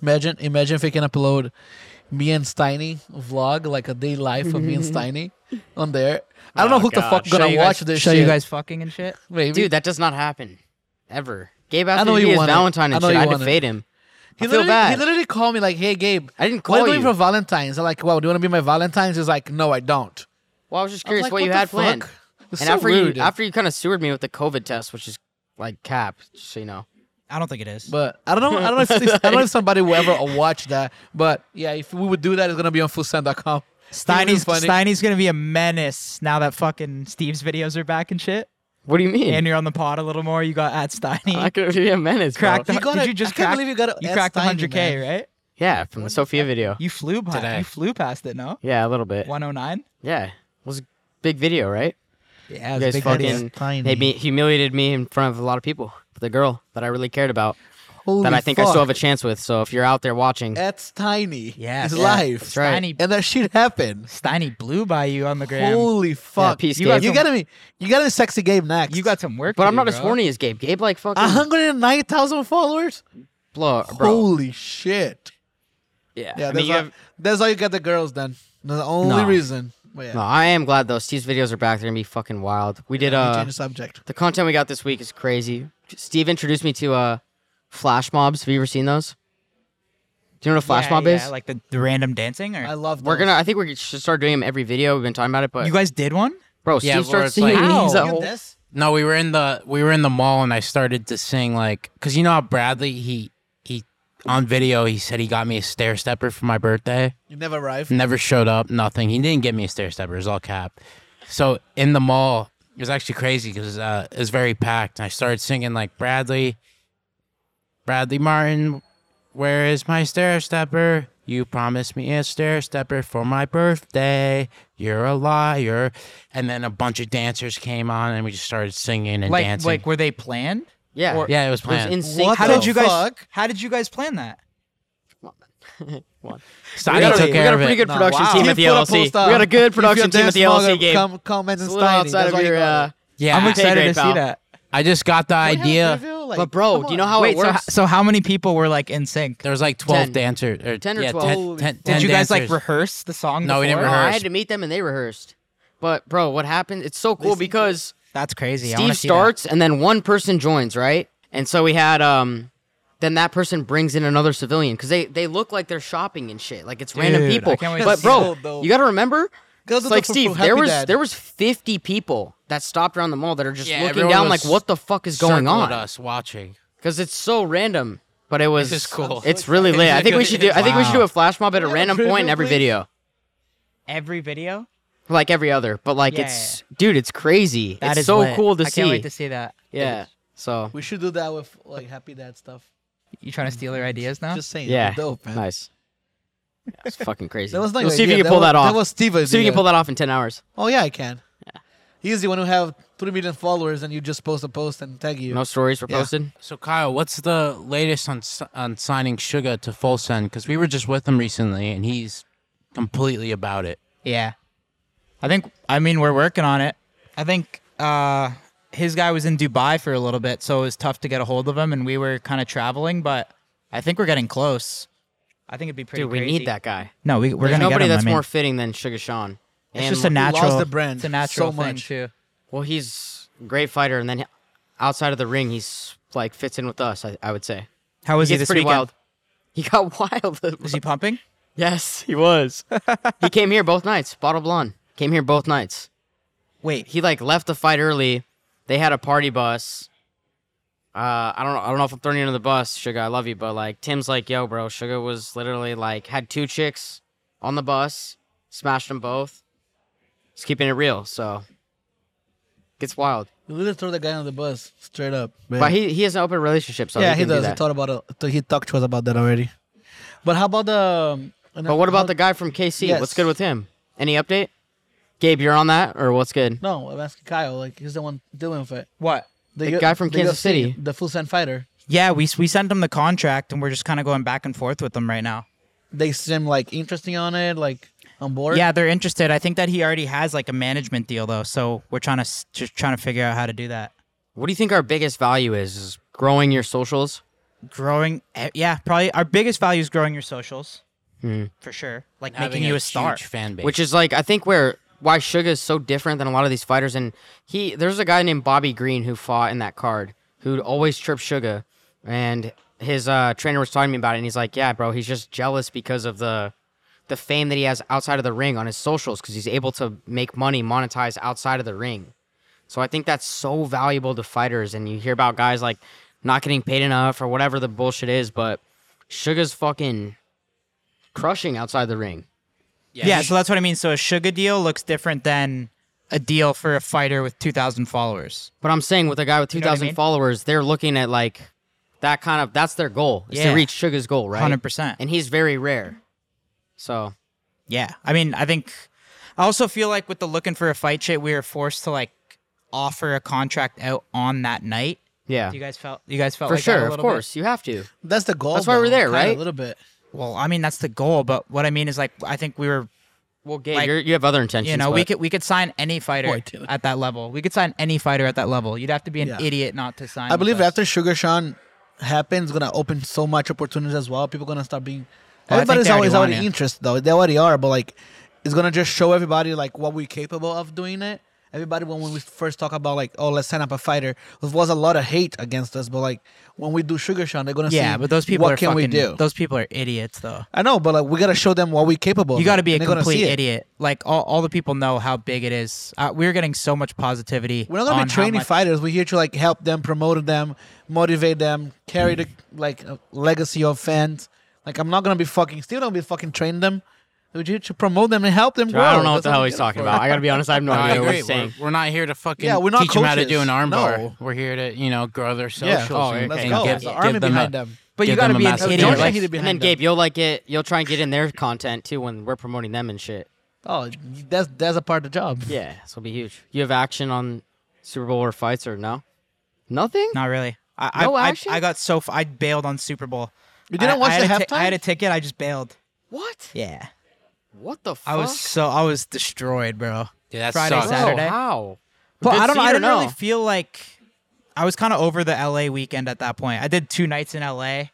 Imagine, imagine if we can upload me and Steiny vlog, like a day life of me and Steiny, on there. I
Oh
don't know who the fuck
Show
gonna
you guys-
watch this.
Show
shit.
you guys fucking and shit.
maybe.
Dude, that does not happen. Ever. Gabe
know
after
you
his
want it.
Valentine
I
and
know
shit.
you
I had
want
to
it.
fade him.
He
I feel
literally, He
bad.
literally called me like, "Hey, Gabe,
I didn't
what
call
are you doing
you.
for Valentine's?" I'm like, "Wow, do you want to be my Valentine's?" He's like, "No, I don't."
Well, I was just
I was
curious
like,
what, you
the
had
fuck?
planned.
It's
and
so
after
rude.
you after you kind of sewered me with the COVID test, which is like cap, just so you know.
I don't think it is.
but I don't know. I don't know if I don't know if somebody will ever watch that. But yeah, if we would do that, it's gonna be on fullsend.com.
Steiny's
funny.
Steiny's gonna be a menace now that fucking Steve's videos are back and shit.
What do you mean?
And you're on the pod a little more. You got at Steiny.
I could be a menace. bro.
cracked. The,
You gotta-
did you just
I can't
crack-
believe you got a- at
cracked the
Steiny,
100k,
man.
right?
Yeah, from the Sophia video.
You flew by.
Today.
You flew past it. No.
Yeah, a little bit.
109.
Yeah, it was a big video, right?
Yeah,
You guys fucking they me, humiliated me in front of a lot of people. The girl that I really cared about, that I think I still have a chance with. So if you're out there watching,
That's tiny.
Yes.
it's
Yeah,
live.
that's right.
Steiny
And that shit happened.
Steiny blew by you on the gram.
Holy fuck!
peace,
you, got,
Gabe.
you got me. You got a sexy game next.
You got some work.
but
to
I'm
do,
not
bro.
as horny as Gabe. Gabe like fucking
hundred and nine thousand followers.
blow, bro.
Holy shit!
Yeah,
Yeah,
I
that's,
mean, you
all,
have-
that's all you got the girls. Then that's the only
No.
reason. But yeah,
No, I am glad though. Steve's videos are back. They're gonna be fucking wild. We did
we
uh
change the subject.
the content we got this week is crazy. Steve introduced me to uh flash mobs. Have you ever seen those? Do you know what a flash
yeah,
mob
yeah,
is?
like the, the random dancing. Or
I love.
we're
those.
gonna. I think we should start doing them every video. We've been talking about it, but
you guys did one.
bro, Steve
Yeah, where
starts
it's like-
singing. and he's a
Ow. Look
whole-
This?
No, we were in the we were in the mall and I started to sing like because you know how Bradley he he on video he said he got me a stair stepper for my birthday.
You never arrive.
Mm.
Never showed up, nothing. He didn't get me a stair stepper. It was all cap. So in the mall, it was actually crazy because uh, it was very packed. And I started singing like Bradley, Bradley Martin, where is my stair stepper? You promised me a stair stepper for my birthday. You're a liar. And then a bunch of dancers came on and we just started singing and
Like
dancing.
like were they planned?
yeah,
Or-
yeah, it was
It was
planned.
insane.
What
How
the
did you guys?
fuck?
How did you guys plan that?
We
Stoney
got, a,
took
we got
care
a
of
pretty
it.
good production
wow.
team
Steve
at the
put up
LLC. We
post up.
got a good
If you're
production team at
dance
the
mug,
LLC game.
Come, come and
It's a little outside of your. Uh,
yeah,
I'm
I-
excited
grade,
to
pal.
see that.
I just got the idea.
but bro, do you know how
Wait,
it
so,
works?
so how many people were like in sync?
There was like 12
10.
dancers. Or,
10 or
yeah,
12.
10
Did
10
you guys like
dancers.
rehearse the song?
No, we didn't
before?
rehearse.
I had to meet them and they rehearsed. But bro, what happened? It's so cool because
That's crazy. I wanna
Steve
see that.
starts and then one person joins, right? And so we had um then that person brings in another civilian because they, they look like they're shopping and shit. Like it's random
Dude, I
people.
can't wait to
but
see
bro,
that. So dope.
you gotta remember
Gotta
it's
do
like
that for-
Steve,
for
there
Happy
was
Dad.
there was fifty people that stopped around the mall that are just
Yeah,
looking
everyone
down like
was
what the fuck is going
circled
on?
us watching.
Because it's so random. But it was
is cool.
It's really lit. I think we should do I think we should do a flash mob at a random point in every video.
every video.
like every other, but like
Yeah,
it's dude, it's crazy.
That is
it's so
lit.
cool to
I
see.
can't wait to see that.
yeah. So
We should do that with like happy dad stuff.
You trying to steal their ideas now?
Just saying.
yeah,
Dope, man.
nice. Yeah, It's fucking crazy.
That was not
we'll
your
see if you
idea.
can pull
was-
that, off.
That was Steve.
see if you can pull that off in ten hours.
Oh yeah, I can. He's the one who have three million followers, and you just post a post and tag you.
No stories were posted.
So Kyle, what's the latest on s- on signing Suga to Full Send? Because we were just with him recently, and he's completely about it.
Yeah. I think I mean we're working on it. I think uh his guy was in Dubai for a little bit, so it was tough to get a hold of him and we were kind of traveling, but I think we're getting close. I think it'd be pretty
Dude, we
crazy.
need that guy.
No, we we're
There's
going to get
nobody
him.
that's
I mean,
more fitting than Sugar Sean.
it's
And-
just a natural
the brand
It's a natural
so
thing
much.
too.
well, he's a great fighter, and then he- outside of the ring, he's like fits in with us. I, I would say.
How was
He
he
gets
this
pretty
weekend?
wild. He got wild.
Was he pumping?
yes, he was. he came here both nights. Bottle blonde came here both nights.
Wait,
he like left the fight early. They had a party bus. Uh, I don't know. I don't know if I'm throwing you under the bus, Sugar. I love you, but like Tim's like, yo, bro. Sugar was literally like had two chicks on the bus, smashed them both. He's keeping it real, so gets wild.
You literally throw the guy on the bus straight up. man.
But he he has an open relationship, so
yeah, he
can do
does. he
that.
thought about it. He talked to us about that already. But how about the? Um,
But what about the guy from KC?
Yes.
What's good with him? Any update? Gabe, you're on that, or what's good?
No, I'm asking Kyle. Like he's the one dealing with it.
what?
The guy from Kansas
UFC,
City.
the full send fighter.
Yeah, we we sent him the contract and we're just kind of going back and forth with him right now.
They seem like interesting on it, like on board.
Yeah, they're interested. I think that he already has like a management deal though, so we're trying to s- just trying to figure out how to do that.
What do you think our biggest value is? Is growing your socials?
growing eh, yeah probably our biggest value is growing your socials
Hmm.
for sure like
Having
making you a,
a
star
huge fan base.
which is like I think where why Suga is so different than a lot of these fighters. And he there's a guy named Bobby Green who fought in that card who'd always trip Suga, and his uh, trainer was talking to me about it, and he's like, yeah, bro, he's just jealous because of the the fame that he has outside of the ring on his socials because he's able to make money monetize outside of the ring. So I think that's so valuable to fighters, and you hear about guys like not getting paid enough or whatever the bullshit is, but Suga's fucking crushing outside the ring.
yeah, so that's what i mean so a sugar deal looks different than a deal for a fighter with 2000 followers
But I'm saying with a guy with
know what I
2,000
mean?
followers, they're looking at like that kind of that's their goal is
Yeah.
to reach Sugar's goal, right?
100%.
And he's very rare. So
yeah i mean i think i also feel like with the looking for a fight shit we were forced to like offer a contract out on that night
yeah,
you guys felt you guys felt
for
like that a
sure, of
little bit?
course, you have to.
that's the goal.
That's why we're
though,
there,
kinda,
right?
A little bit.
well i mean that's the goal but what i mean is like i think we were
Well, Gabe,
Like-
you're, you have other intentions.
you know we
but-
could we could sign any fighter
Boy, Taylor.
at that level we could sign any fighter at that level you'd have to be an
Yeah.
idiot not to sign
I
with
believe
us.
after Sugar Sean happens, gonna open so much opportunities as well. People gonna start being.
Well, I think
everybody's
they already
always
want
already
you.
interested though. They already are, but like it's gonna just show everybody like what we're capable of doing it. Everybody when, when we first talk about like oh let's sign up a fighter, there was a lot of hate against us. But like when we do Sugar Sean, they're gonna
Yeah,
see
but those people
what
are
can
fucking.
we do.
Those people are idiots, though.
I know, but like we gotta show them what we're capable.
You
of,
got to be a
and they're gonna
complete
see it.
idiot. Like all, all the people know how big it is. Uh, we're getting so much positivity.
We're not gonna
on
be
how
training
much-
fighters. We're here to like help them, promote them, motivate them, carry the like uh, legacy of fans. Like I'm not gonna be fucking still don't be fucking train them. We're here to promote them and help them
Dude,
grow.
I don't know what
That's
the hell
we
he's
did it
talking
for.
about. I gotta be honest, I have no
I
idea what
agree.
he's
We're,
saying.
we're not here to fucking
Yeah, we're not
teach them how to do
coaches.
an armbar.
No.
We're here to, you know, grow their
Yeah.
socials
Oh,
and,
let's
and
go.
give,
There's
the army
give them
behind
a,
them.
But you
give
got to
them a
be an
massive
idiot.
Don't
Don't
you
Like,
hate it
and then
behind
Gabe, you'll like it. You'll try and get in their content too when we're promoting them and shit.
Oh, that's that's a part of the job.
Yeah, this will be huge. You have action on Super Bowl or fights or no? Nothing.
Not really. I,
No
I, I,
action?
I got so f- I bailed on Super Bowl.
You didn't
I,
watch
I
the
had a ti-
halftime?
I had a ticket. I just bailed.
What?
Yeah.
What the fuck?
I was so I was destroyed, bro.
Yeah, that
Friday,
sucks.
Bro,
Saturday.
Oh, How?
But
Good
I don't know.
seat
I
or
didn't
no?
really feel like I was kind of over the LA weekend at that point. I did two nights in LA.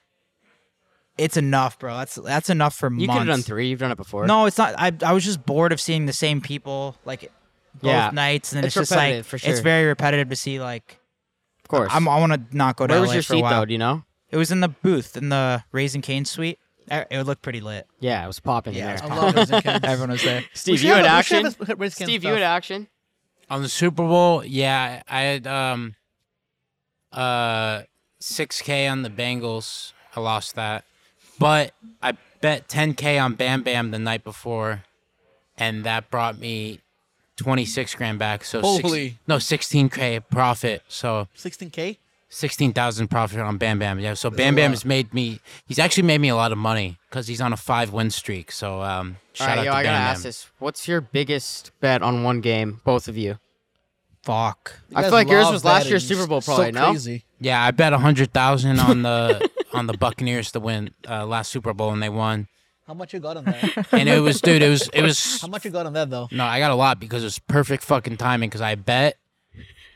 It's enough, bro. That's that's enough for
You
months.
could have done three. You've done it before.
No, it's not. I I was just bored of seeing the same people like both
Yeah.
nights, and then
It's
it's, just like
repetitive, for
it's
sure.
very repetitive to see. Like
of course.
I'm, I want to not go to
Where
LA
was your
for a
seat
while.
though? Do you know?
It was in the booth in the Raisin Cane suite. Eh, It would look pretty lit.
Yeah, it was popping there.
Yeah, it was
I love those accounts.
Everyone was there.
Steve,
should
you
have
had
a- we should
action.
have a risk and
Steve, you
stuff.
had action.
On the Super Bowl, yeah, I had um uh 6k on the Bengals. I lost that. But I bet 10k on Bam Bam the night before and that brought me 26 grand back. So six-
Holy.
no, 16k profit. So
16k.
sixteen thousand profit on Bam Bam. Yeah, so Bam Bam has made me. He's actually made me a lot of money because he's on a five win streak. So um,
All
shout
right,
out
yo,
to
I gotta
Bam
ask
Bam.
this. What's your biggest bet on one game, both of you?
Fuck.
I feel like yours was last year's Super Bowl, probably.
so
No,
crazy.
Yeah, I bet a hundred thousand on the on the Buccaneers to win uh, last Super Bowl and they won.
How much you got on that?
And it was, dude, it was, it
How
was.
much you got on that though?
No, I got a lot because it was perfect fucking timing because I bet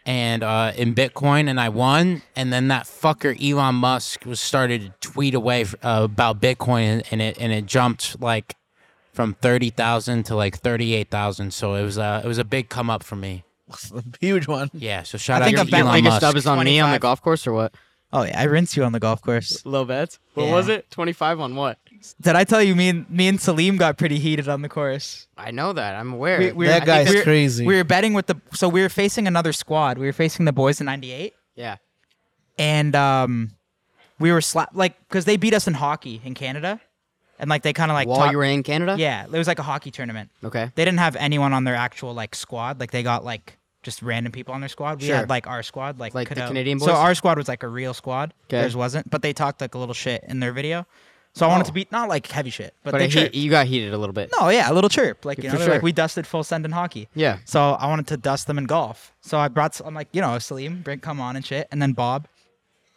and uh, in Bitcoin and I won. And then that fucker Elon Musk was started to tweet away f- uh, about Bitcoin and, and it and it jumped like from thirty thousand to like thirty eight thousand. So it was a it was a big come up for me.
Huge one.
Yeah. So shout
I
out
think
to
I bet
Elon
like
biggest
Musk.
dub is on me on the
25.
golf course or what?
Oh yeah, I rinse you on the golf course.
Low bets. What
Yeah.
was it? Twenty five on what?
Did I tell you me and me and Salim got pretty heated on the course?
I know that. I'm aware.
we
That
I think
guy's
we were-
crazy.
We were betting with the so we were facing another squad. We were facing the boys in '98,
yeah.
and um, we were slap like because they beat us in hockey in Canada, and like they kind of like
While
talk-
you were in Canada.
yeah, it was like a hockey tournament.
Okay.
They didn't have anyone on their actual like squad. Like they got like just random people on their squad. We
Sure.
had like our squad, like
Like the
Cadell-
Canadian
So
boys?
our squad was like a real squad.
'Kay.
Theirs wasn't, but they talked like a little shit in their video. So I wanted to be not like heavy shit, but,
Oh. But
they
it
chirped.
heat, you got heated a little bit.
No, yeah, a little chirp. Like you
For
know, they're like
sure.
we dusted full send in hockey.
Yeah.
So I wanted to dust them in golf. So I brought. I'm like, you know, Salim, bring come on and shit, and then Bob.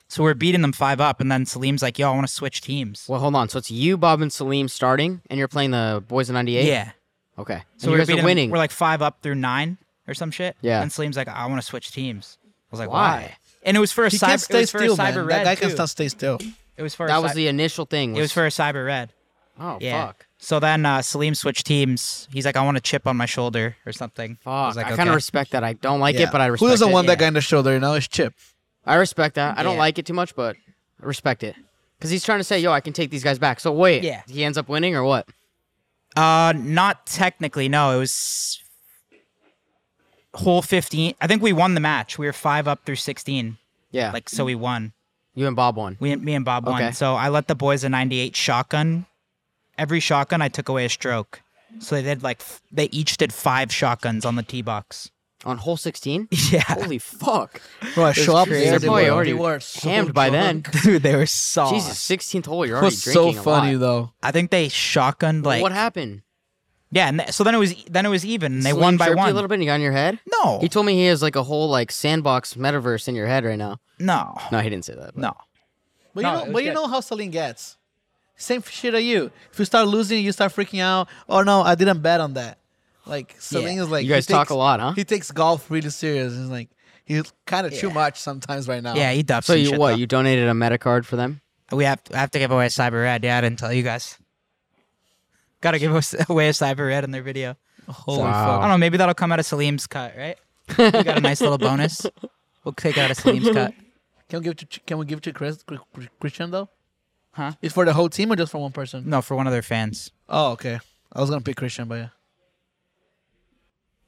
So we're beating them five up, and then Salim's like, yo, I want to switch teams.
Well, hold on. So it's you, Bob, and Salim starting, and you're playing the boys in '98.
Yeah.
Okay.
So
So you
we're
guys
beating,
are winning.
We're like five up through nine or some shit.
Yeah.
And Salim's like, I want to switch teams. I was like, why?
Why?
And it was for a
He
cyber.
can't
it
stay
was for a
still,
cyber
man.
red
That guy
too.
can't stay still.
It was for a
that
cy-
was the initial thing.
It was for a cyber red.
Oh
Yeah.
fuck.
So then uh, Salim switched teams. He's like, I want a chip on my shoulder or something.
Fuck.
I
I,
was like,
kind
"Okay."
of respect that. I don't like
Yeah.
it, but I respect
Who doesn't
it.
want that
yeah.
guy in the shoulder? You know, it's Chip.
I respect that. I don't
Yeah.
like it too much, but I respect it. Because he's trying to say, yo, I can take these guys back. So wait,
Yeah.
he ends up winning or what?
Uh, not technically. No, it was hole fifteen. I think we won the match. We were five up through sixteen.
Yeah. Like
Like so, we won.
you and Bob won.
We, me and Bob won.
Okay.
So I let the boys a ninety-eight shotgun. Every shotgun, I took away a stroke. So they did like f- they each did five shotguns on the tee box.
On hole 16?
Yeah,
Holy fuck.
Bro, I show up
crazy.
there.
They're
They
probably
were,
already
they were so
hammed by then.
drunk.
dude, they were soft.
Jesus, 16th hole, you're
It
already
was so
drinking a
funny
lot.
though.
I think they shotgunned like
what happened?
Yeah, and th- so then it was then it was even. And they
Salim
won by
chirped you
one.
a little bit and you got in your head?
No,
He told me he has like a whole like sandbox metaverse in your head right now.
no,
No, he didn't say that. but-
no.
But
No,
you
it
know,
was
but you
good.
know how Celine gets. Same shit as you. If you start losing, you start freaking out. Oh no, I didn't bet on that. Like Celine is like
You
he
guys talk
takes-
a lot, huh?
He takes golf really serious. He's like he's kind of too
Yeah.
much sometimes right now.
Yeah, he duffs.
So
and
you
shit,
what?
though.
You donated a Metacard for them?
We have I have to give away a cyber red. Yeah, I didn't tell you guys. Gotta give us away a cyber red in their video. Holy fuck! I don't know. Maybe that'll come out of Salim's cut, right? we got a nice little bonus. We'll take it out of Salim's cut.
Can we give it to Can we give it to Chris, Cr- Cr- Christian though?
Huh?
It's for the whole team or just for one person?
No, for one of their fans.
Oh, okay. I was gonna pick Christian, but yeah.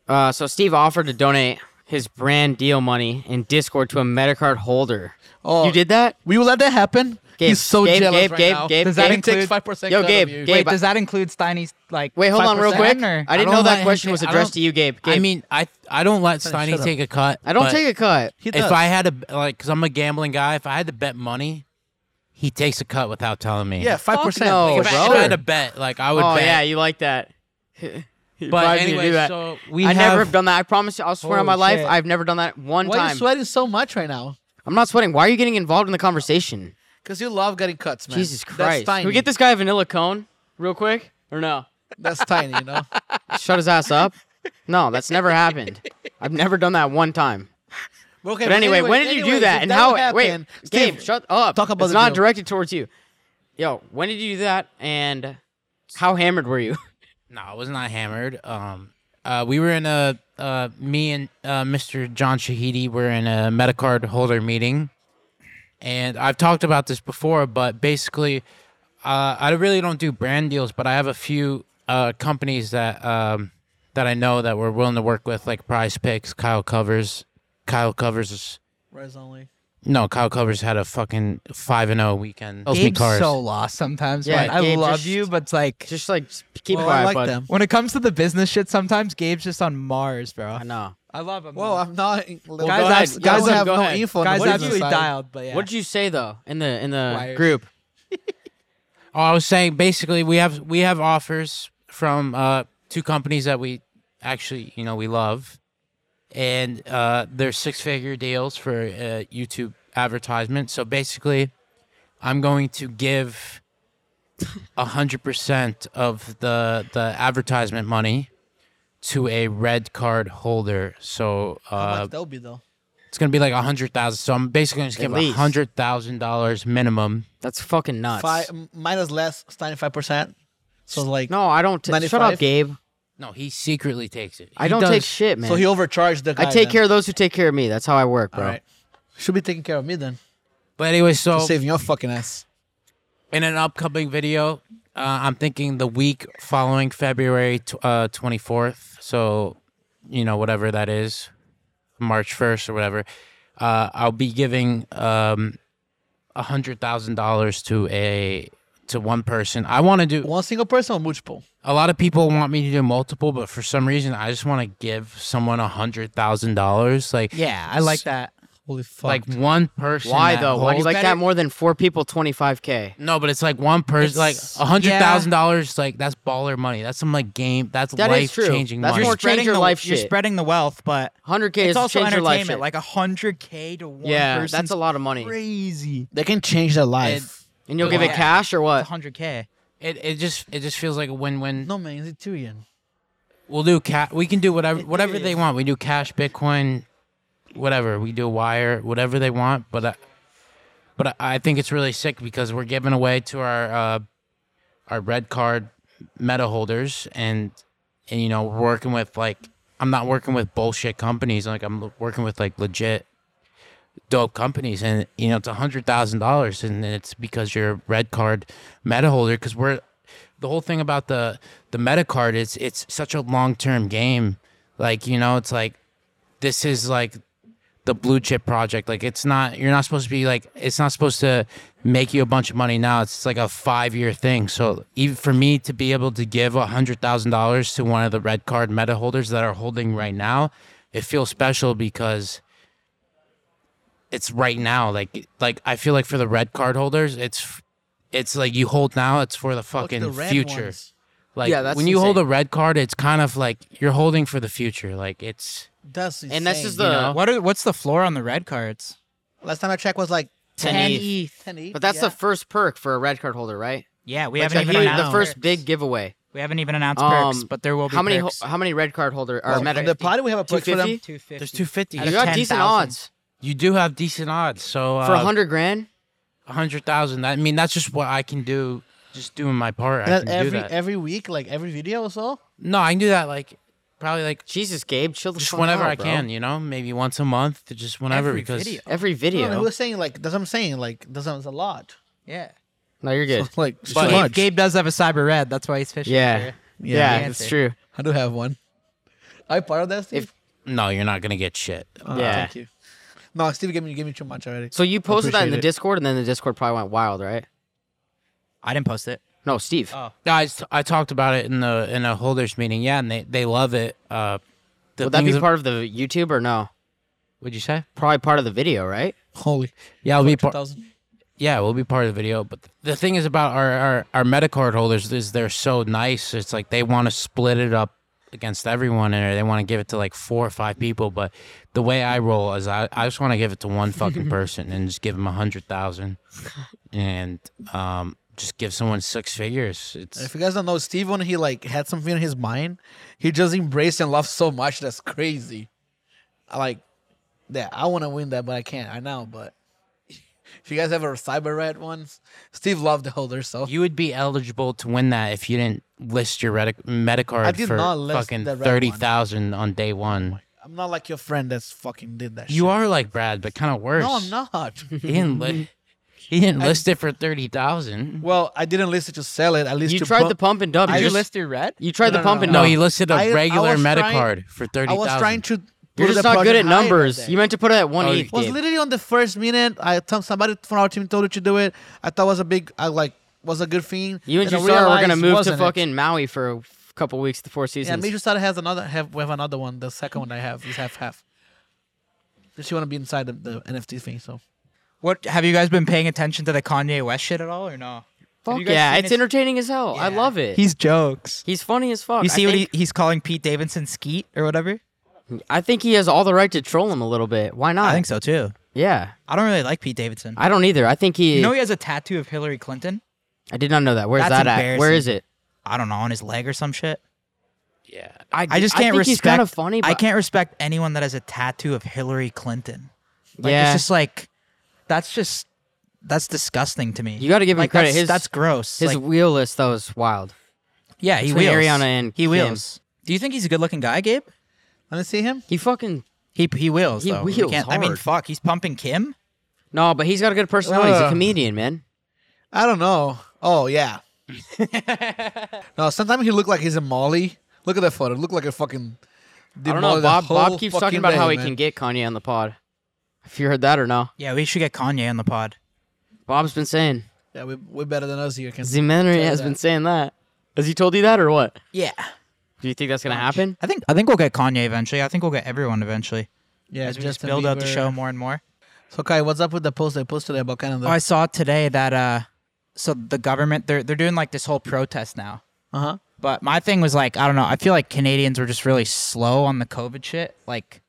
Uh, so Steve offered to donate his brand deal money in Discord to a MetaCard holder.
Oh,
you did that?
We will let that happen.
Gabe,
He's so
Gabe,
jealous
Gabe,
right
Gabe,
now.
Gabe,
Does that
Gabe.
He takes
include-
five percent.
Yo,
out
Gabe,
of you.
Gabe.
Wait,
I-
does that include Steiny's like?
Wait, hold on, real
5%?
quick.
Or-
I didn't
don't
know that
let
question
him
was
take- I
addressed
don't-
to you, Gabe.
I
Gabe,
mean, I I don't let Steiny
shut
take a cut.
I don't
but
take a cut.
He does.
If I had to like, cause I'm a gambling guy. If I had to bet money, he takes a cut without telling me.
yeah, five percent.
no,
Like, if, I,
bro.
if I had to bet, like I would.
Oh
bet.
yeah, you like that. You
But
bribed me to do
anyway,
that.
so we
I
have
never have done that. I promise you, I'll swear on my
Holy
life,
shit.
I've never done that one
Why are you
time.
sweating so much right now?
I'm not sweating. Why are you getting involved in the conversation?
Because you love getting cuts, man.
Jesus
That's
Christ.
tiny.
Can we get this guy a vanilla cone real quick? Or no?
That's tiny, you know.
Shut his ass up? No, that's never happened. I've never done that one time.
okay,
But anyway, when did you do that? And how? wait, Gabe, shut up.
talk about
it's
the
not
deal.
directed towards you. Yo, when did you do that? And how hammered were you?
No, I was not hammered. Um, uh, we were in a uh, me and uh, Mr. John Shahidi were in a Metacard holder meeting, and I've talked about this before, but basically, uh, I really don't do brand deals, but I have a few uh, companies that um, that I know that we're willing to work with, like Prize Picks, Kyle Covers. Kyle Covers is
Res only.
no, Kyle Covers had a fucking five and zero weekend. Sells me
Gabe's
cars.
so lost sometimes.
Yeah,
Yeah, I
Gabe,
love
just-
you, but it's like
Just like s- keep
Well,
quiet,
I like
bud.
them.
when it comes to the business shit, sometimes Gabe's just on Mars, bro.
I know.
I love him.
Well, I'm not. Well,
guys,
ahead.
abs-
Yo,
guys
Go
have
ahead.
no info. on the
guys
business
absolutely
side.
dialed, but yeah.
What did you say though in the in the
Liars.
group?
Oh, I was saying basically we have we have offers from uh, two companies that we actually you know we love, and uh, they're six figure deals for uh, YouTube advertisement. So basically, I'm going to give a hundred percent of the the advertisement money to a red card holder. So
How
uh,
much that'll be though.
it's gonna be like a hundred thousand. So I'm basically going to give a
least.
hundred thousand dollars minimum.
That's fucking nuts.
Five m- minus less ninety five percent. So like,
No, I don't. T- shut up,
95?
Gabe.
No, he secretly takes it.
I
He
don't
does-
take shit, man.
so he overcharged the guy.
I take
then.
care of those who take care of me. That's how I work,
All
bro.
right, should be taking care of me then.
But anyway, so
Saving your fucking ass.
in an upcoming video. Uh, I'm thinking the week following February tw- uh, 24th. So, you know, whatever that is, March 1st or whatever, uh, I'll be giving um, $100,000 to a to one person. I want to do
One single person or multiple?
a lot of people want me to do multiple, but for some reason, I just want to give someone $100,000. Like,
yeah, I like that.
Holy fuck!
like one person.
Why
that
though? Why do you
holds
like
it.
that more than four people? Twenty five k.
No, but it's like one person, like a hundred thousand dollars. Like that's baller money. That's some like game. That's
That
life
is true.
changing
That's
money.
more- change
Spreading
your
the-
life
You're
shit.
spreading the wealth, but
Hundred k
it's
is
also
change your life.
entertainment. Like hundred k to one
yeah,
person.
that's a lot of money.
Crazy.
they can change their life.
And you'll give
Yeah.
it cash or what?
hundred k.
It, it just it just feels like a win win.
no man, it's Ethereum.
We'll do cat. We can do whatever whatever
is.
they want. We do cash, Bitcoin, whatever. We do wire, whatever they want. But I, but I, I think it's really sick because we're giving away to our uh, our red card meta holders and and you know we're working with like I'm not working with bullshit companies. Like I'm l- working with like legit dope companies and you know it's a hundred thousand dollars and it's because you're a red card meta holder because we're the whole thing about the the meta card is it's such a long term game like you know it's like this is like the blue chip project like it's not you're not supposed to be like it's not supposed to make you a bunch of money now it's like a five year thing so even for me to be able to give a hundred thousand dollars to one of the red card meta holders that are holding right now it feels special because it's right now like like i feel like for the red card holders it's it's like you hold now it's for the fucking future like
Yeah, that's
when you hold a
insane.
red card, it's kind of like you're holding for the future. Like it's
That's insane.
And this is the
you know?
What are, what's the floor on the red cards? E.
last time I checked was like
10 ETH. But that's the first perk for a red card holder, right?
Yeah, we
Like,
haven't
the
even
huge-
announced
the first big giveaway.
We haven't even announced perks,
Um,
but there will be
how many
perks.
ho- uh, how many red card holder
Well,
are meta?
on the party we have a perk for them.
250?
there's 250.
Out
You
of
got
10,000.
decent odds
You do have decent odds. So uh,
for a hundred grand.
hundred thousand. I mean, that's just what I can do just doing my part. I
That
can
every
do that.
every week, like every video or so.
no, I can do that. Like probably like
Jesus, Gabe, chill the
just
fuck
whenever
out,
I
bro.
can. You know, maybe once a month, to just whenever
Every
because
video.
Every
No,
video.
no,
No,
he was saying like that's what I'm saying. Like that's that's a lot.
Yeah.
you're good.
It's like it's too
But-
Gabe,
much.
Gabe does have a cyber red. That's why he's fishing.
yeah.
here.
Yeah,
Yeah.
it's true.
I do have one. Are you part of that, Steve?
If-
no, you're not gonna get shit.
Ah,
yeah.
Thank you. No, Steve gave me gave me too much already.
So you posted that in the
Appreciate it.
Discord, and then the Discord probably went wild, right?
I didn't post it.
No, Steve.
Uh, Guys, Oh. I talked about it in the in a holders meeting. Yeah, and they they love it. Uh, the
Would that be
things-
part of the YouTube or no?
Would you say?
Probably part of the video, right?
Holy
Yeah, I'll be part.
2000.
Yeah, we'll be part of the video. But th- the thing is about our our, our MetaCard holders is they're so nice. It's like they want to split it up against everyone, and they want to give it to like four or five people. But the way I roll is I, I just want to give it to one fucking person and just give them a hundred thousand, and um just give someone six figures.
If
It's
you guys don't know, Steve when he like had something in his mind, he just embraced and loved so much. That's crazy. I like that. I want to win that, but I can't. I know, but if you guys ever cyber red ones, Steve loved the holder. So
you would be eligible to win that if you didn't list your Retic- MetaCard
I did
for
not list
fucking
the red one.
thirty thousand on day one.
I'm not like your friend that's fucking did that.
You
shit.
are like Brad, but kind of worse.
No, I'm not.
He
Mm-hmm.
didn't li- he didn't list it for thirty thousand.
well, I didn't list it to sell it. I listed.
You tried
bu-
the pump and dump.
Did
You,
you
just-
list your red?
you tried the
no,
pump
no,
and
No,
dump.
he listed a
I- I
regular
was trying-
MetaCard for thirty
I was
thousand.
trying to.
You're
put
just
the
not good at
project higher
numbers.
than
You meant to put it at one
Oh,
eighth.
was
Gabe.
literally on the first minute. I told somebody from our team told you to do it. I thought it was a big, I like was a good thing.
You and
I
Jusara were
realized
gonna
it
move to
wasn't it.
fucking Maui for a f- couple weeks, the four
Yeah,
seasons.
Major Sada has another. Have we have another one? The second one I have is half half. She want to be inside the, the NFT thing. So
What have you guys been paying attention to the Kanye West shit at all or no?
Fuck
you guys
yeah,
seen
it's
his-
entertaining as hell. I
Yeah.
love it. He's
He's jokes.
he's funny as fuck.
You see
I
what
think,
he, he's calling Pete Davidson Skeet or whatever?
I think he has all the right to troll him a little bit. Why not?
I think so too.
Yeah,
I don't really like Pete Davidson.
I don't either. I think he.
you know he has a tattoo of Hillary Clinton?
I did not know that. Where's
That's
that at? Where is it?
I don't know, on his leg or some shit. I
I
just can't
think
respect
He's kind of funny. But
I can't respect anyone that has a tattoo of Hillary Clinton. Like
yeah,
it's just like that's just that's disgusting to me.
You gotta give him
like,
credit.
That's,
His-
that's gross.
his
Like,
wheel list though is wild.
yeah, he
between
wheels.
Ariana and
he
Kim.
wheels. Do you think he's a good-looking guy, Gabe?
let me see him.
He fucking
He he wheels.
He
though. We
wheels
can't- I mean,
hard.
fuck. He's pumping Kim.
no, but he's got a good personality. he's a
Ugh.
comedian, man.
I don't know. Oh yeah. no, sometimes he look like he's a Molly. Look at that photo. Look like a fucking.
I don't know. Bob Bob keeps talking about how he can get Kanye on the pod. If you heard that or no,
Yeah, we should get Kanye on the pod.
Bob's been saying.
Yeah, we, we're better than us here. Can
Zimenery has been saying that. Has he told you that or what?
Yeah,
Do you think that's gonna happen?
I think I think we'll get Kanye eventually. I think we'll get everyone eventually
yeah,
as we just build out the show more and more.
So Kai, what's up with the post I posted about Canada?
Oh, I saw today that uh, so the government they're they're doing like this whole protest now.
Uh huh.
But my thing was like, I don't know. I feel like Canadians were just really slow on the COVID shit. Like,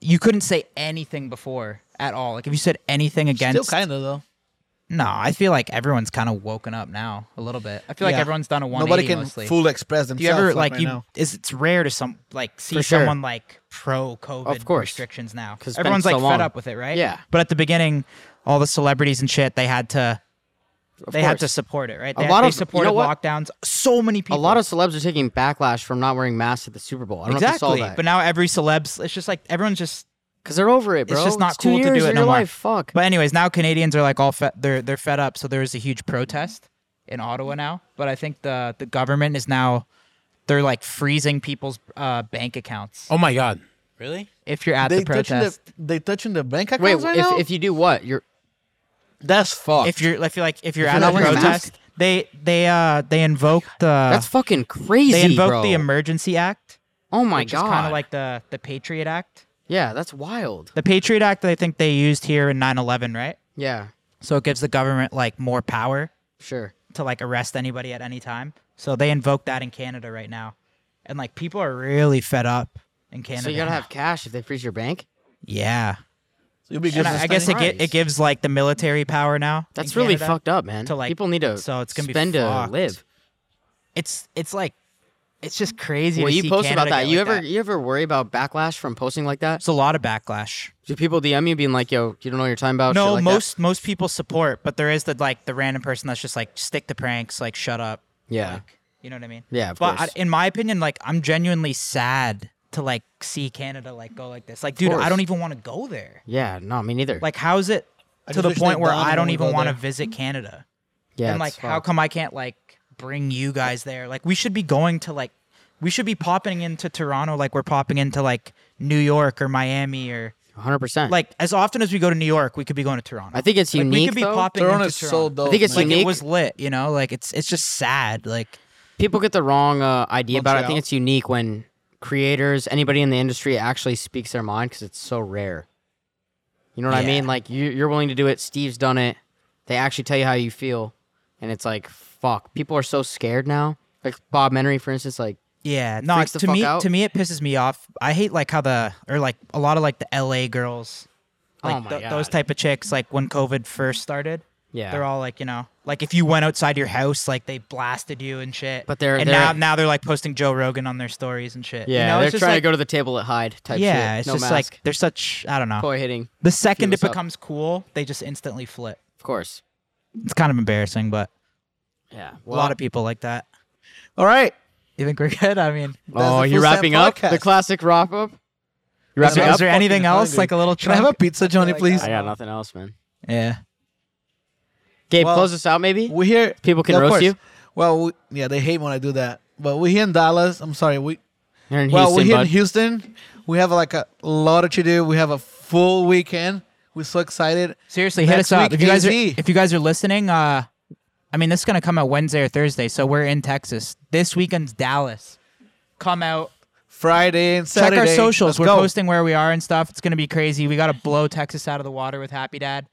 you couldn't say anything before at all. Like, if you said anything
Still
against,
kind of though.
no, I feel like everyone's kind of woken up now a little bit. I feel like
Yeah.
everyone's done a one.
Nobody can
mostly.
fully express themselves.
Do you ever
like,
like
right
you?
now.
Is it's rare to some like see
For sure.
someone like pro COVID
Of course.
restrictions now
'Cause it's been
everyone's
so
like
long.
fed up with it, right?
Yeah.
But at the beginning, all the celebrities and shit they had to they had to
course.
support it, right?
A
They, had-
lot
they
of- you know
supported
what?
lockdowns. So many
A
people.
lot of celebs are taking backlash from not wearing masks at the Super Bowl. I don't
exactly.
know if you saw that.
But now every celebs, it's just like everyone's just.
Because they're over it, bro.
It's just not
two
cool to do
years
it
of
no
your
more.
life. Fuck.
But anyways, now Canadians are like all fed. They're they're fed up. So there is a huge protest in Ottawa now. But I think the the government is now they're like freezing people's uh, bank accounts
Oh my god! Really?
if you're at
they
the
touching the
protest.
they touching the bank accounts
Wait,
right
if,
now.
if you do what? You're
That's fucked.
If you're, I feel like if you're
you're
at
not
a
wearing a
protest, they they uh they invoke the
that's fucking crazy,
they invoke
bro.
the Emergency Act,
oh my
which is kind
god.
of like the the Patriot Act.
yeah, that's wild.
The Patriot Act, I think they used here in 9/11, right?
Yeah,
So it gives the government like more power
sure.
to like arrest anybody at any time. So they invoke that in Canada right now, and like people are really fed up in Canada.
So you gotta
now.
have cash if they freeze your bank.
yeah.
You'll be
And
good.
I, I guess it, gi- it
Christ.
gives like the military power now.
That's
in
really
Canada.
fucked up, man.
to, like-
People need to
so it's gonna be
spend to
fucked.
live.
It's it's like it's just crazy.
Well,
to
you
see
post about
Canada
that.
get
You
like
ever
that.
you ever worry about backlash from posting like that?
It's a lot of backlash.
Do people DM you being like, "Yo, you don't know what you're talking about"? Oh, shit
No,
like that?
most most people support, but there is the like the random person that's just like stick to pranks, like shut up.
Yeah.
You know what I mean?
Yeah, of
but I,
course.
in my opinion, like I'm genuinely sad to like see Canada like go like this. Like, dude, I
course.
don't even want to go there.
Yeah. No, me neither.
Like, how's it to
just
the
wish
point
they
where
bombed
I
when
don't
we
even
go
want to
there.
visit Canada?
yeah.
and like,
it's
how
fucked.
come I can't like bring you guys there? Like, we should be going to like, we should be popping into Toronto like we're popping into like New York or Miami or
100. percent
like as often as we go to New York, we could be going to Toronto.
I think it's
Like,
unique.
we could be
though.
popping
Toronto's
into Toronto.
so dope.
I think it's
man.
like
unique.
it was lit, you know. Like it's it's just sad. Like
People get the wrong uh, idea about it. I think
Montreal.
it's unique when creators, anybody in the industry, actually speaks their mind because it's so rare. You know what I
Yeah.
mean? Like you, you're willing to do it. Steve's done it. They actually tell you how you feel, and it's like, fuck. People are so scared now. Like Bob Menery, for instance, like
yeah, no.
Freaks the
it's- to
fuck
me,
out.
to me, it pisses me off. I hate like how the or like a lot of like the L.A. girls, like
Oh my
th- those
God.
type of chicks. Like when COVID first started,
Yeah.
they're all like you know, like if you went outside your house, like they blasted you and shit.
But they're-
and
they're-
now now they're like posting Joe Rogan on their stories and shit. You
yeah,
know,
they're
it's just,
trying to
like-
go to the table at hide type.
Yeah,
shit.
it's
no
just
mask.
like they're such I don't know.
toy hitting.
The second it
us up.
becomes cool, they just instantly flip.
Of course.
It's kind of embarrassing, but
Yeah.
a lot of people like that.
All right.
You think we're good? I mean,
Oh,
the
you're
full set
wrapping up the
podcast.
classic wrap up. You
is
wrapping
there,
up?
is there anything else?
hungry.
Like a little? uh,
Can I have a pizza, Johnny, please?
I got nothing else, man.
Yeah.
Gabe,
Well,
close us out, maybe.
We here.
People can
Yeah, of
roast
course.
you?
Well, we, yeah, they hate when I do that. But we here in Dallas. I'm sorry. We
You're in
well, we
Houston,
here
bud.
in Houston. We have like a lot to do. We have a full weekend. We're so excited.
Seriously, hit us
Next
up
week,
if you guys are
AZ.
if you guys are listening. Uh, I mean, this is gonna come out Wednesday or Thursday, so we're in Texas this weekend's Dallas. Come out,
Friday and
check
Saturday.
our socials.
Let's
we're
go.
posting where we are and stuff. It's gonna be crazy. We gotta blow Texas out of the water with Happy Dad.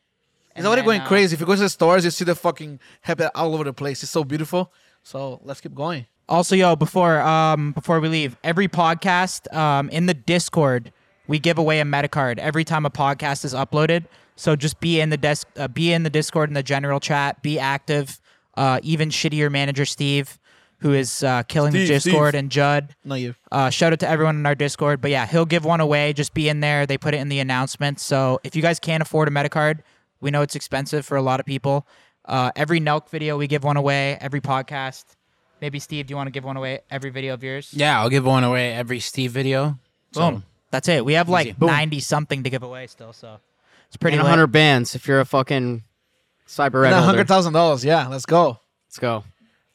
It's already
then,
going
uh,
crazy. If you go to the stores, you see the fucking happy all over the place. It's so beautiful. So let's keep going.
Also, yo, before um before we leave, every podcast um in the Discord we give away a metacard every time a podcast is uploaded. So just be in the desk, uh, be in the Discord in the general chat, be active. Uh, even shittier manager Steve, who is uh, killing the
Steve,
Discord,
Steve.
and Judd.
No, you.
Uh, shout out to everyone in our Discord. But yeah, he'll give one away. Just be in there. They put it in the announcement. So if you guys can't afford a Metacard, we know it's expensive for a lot of people. Uh, every Nelk video, we give one away. Every podcast. Maybe, Steve, do you want to give one away every video of yours?
Yeah, I'll give one away every Steve video. So,
Boom. That's it. We have like 90 something to give away still. So it's pretty
And
lit.
100 bands if you're a fucking cyber red
And a
holder.
hundred thousand dollars. Yeah, let's go.
Let's go.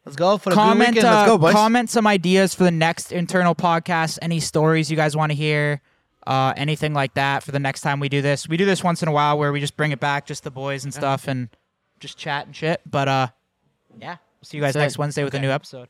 Let's go for the good
comment
weekend. Let's
uh,
go, boys.
comment some ideas for the next internal podcast any stories you guys want to hear uh, anything like that for the next time we do this we do this once in a while where we just bring it back just the boys and stuff and just chat and shit but uh yeah see you guys
That's it.
next wednesday with a new episode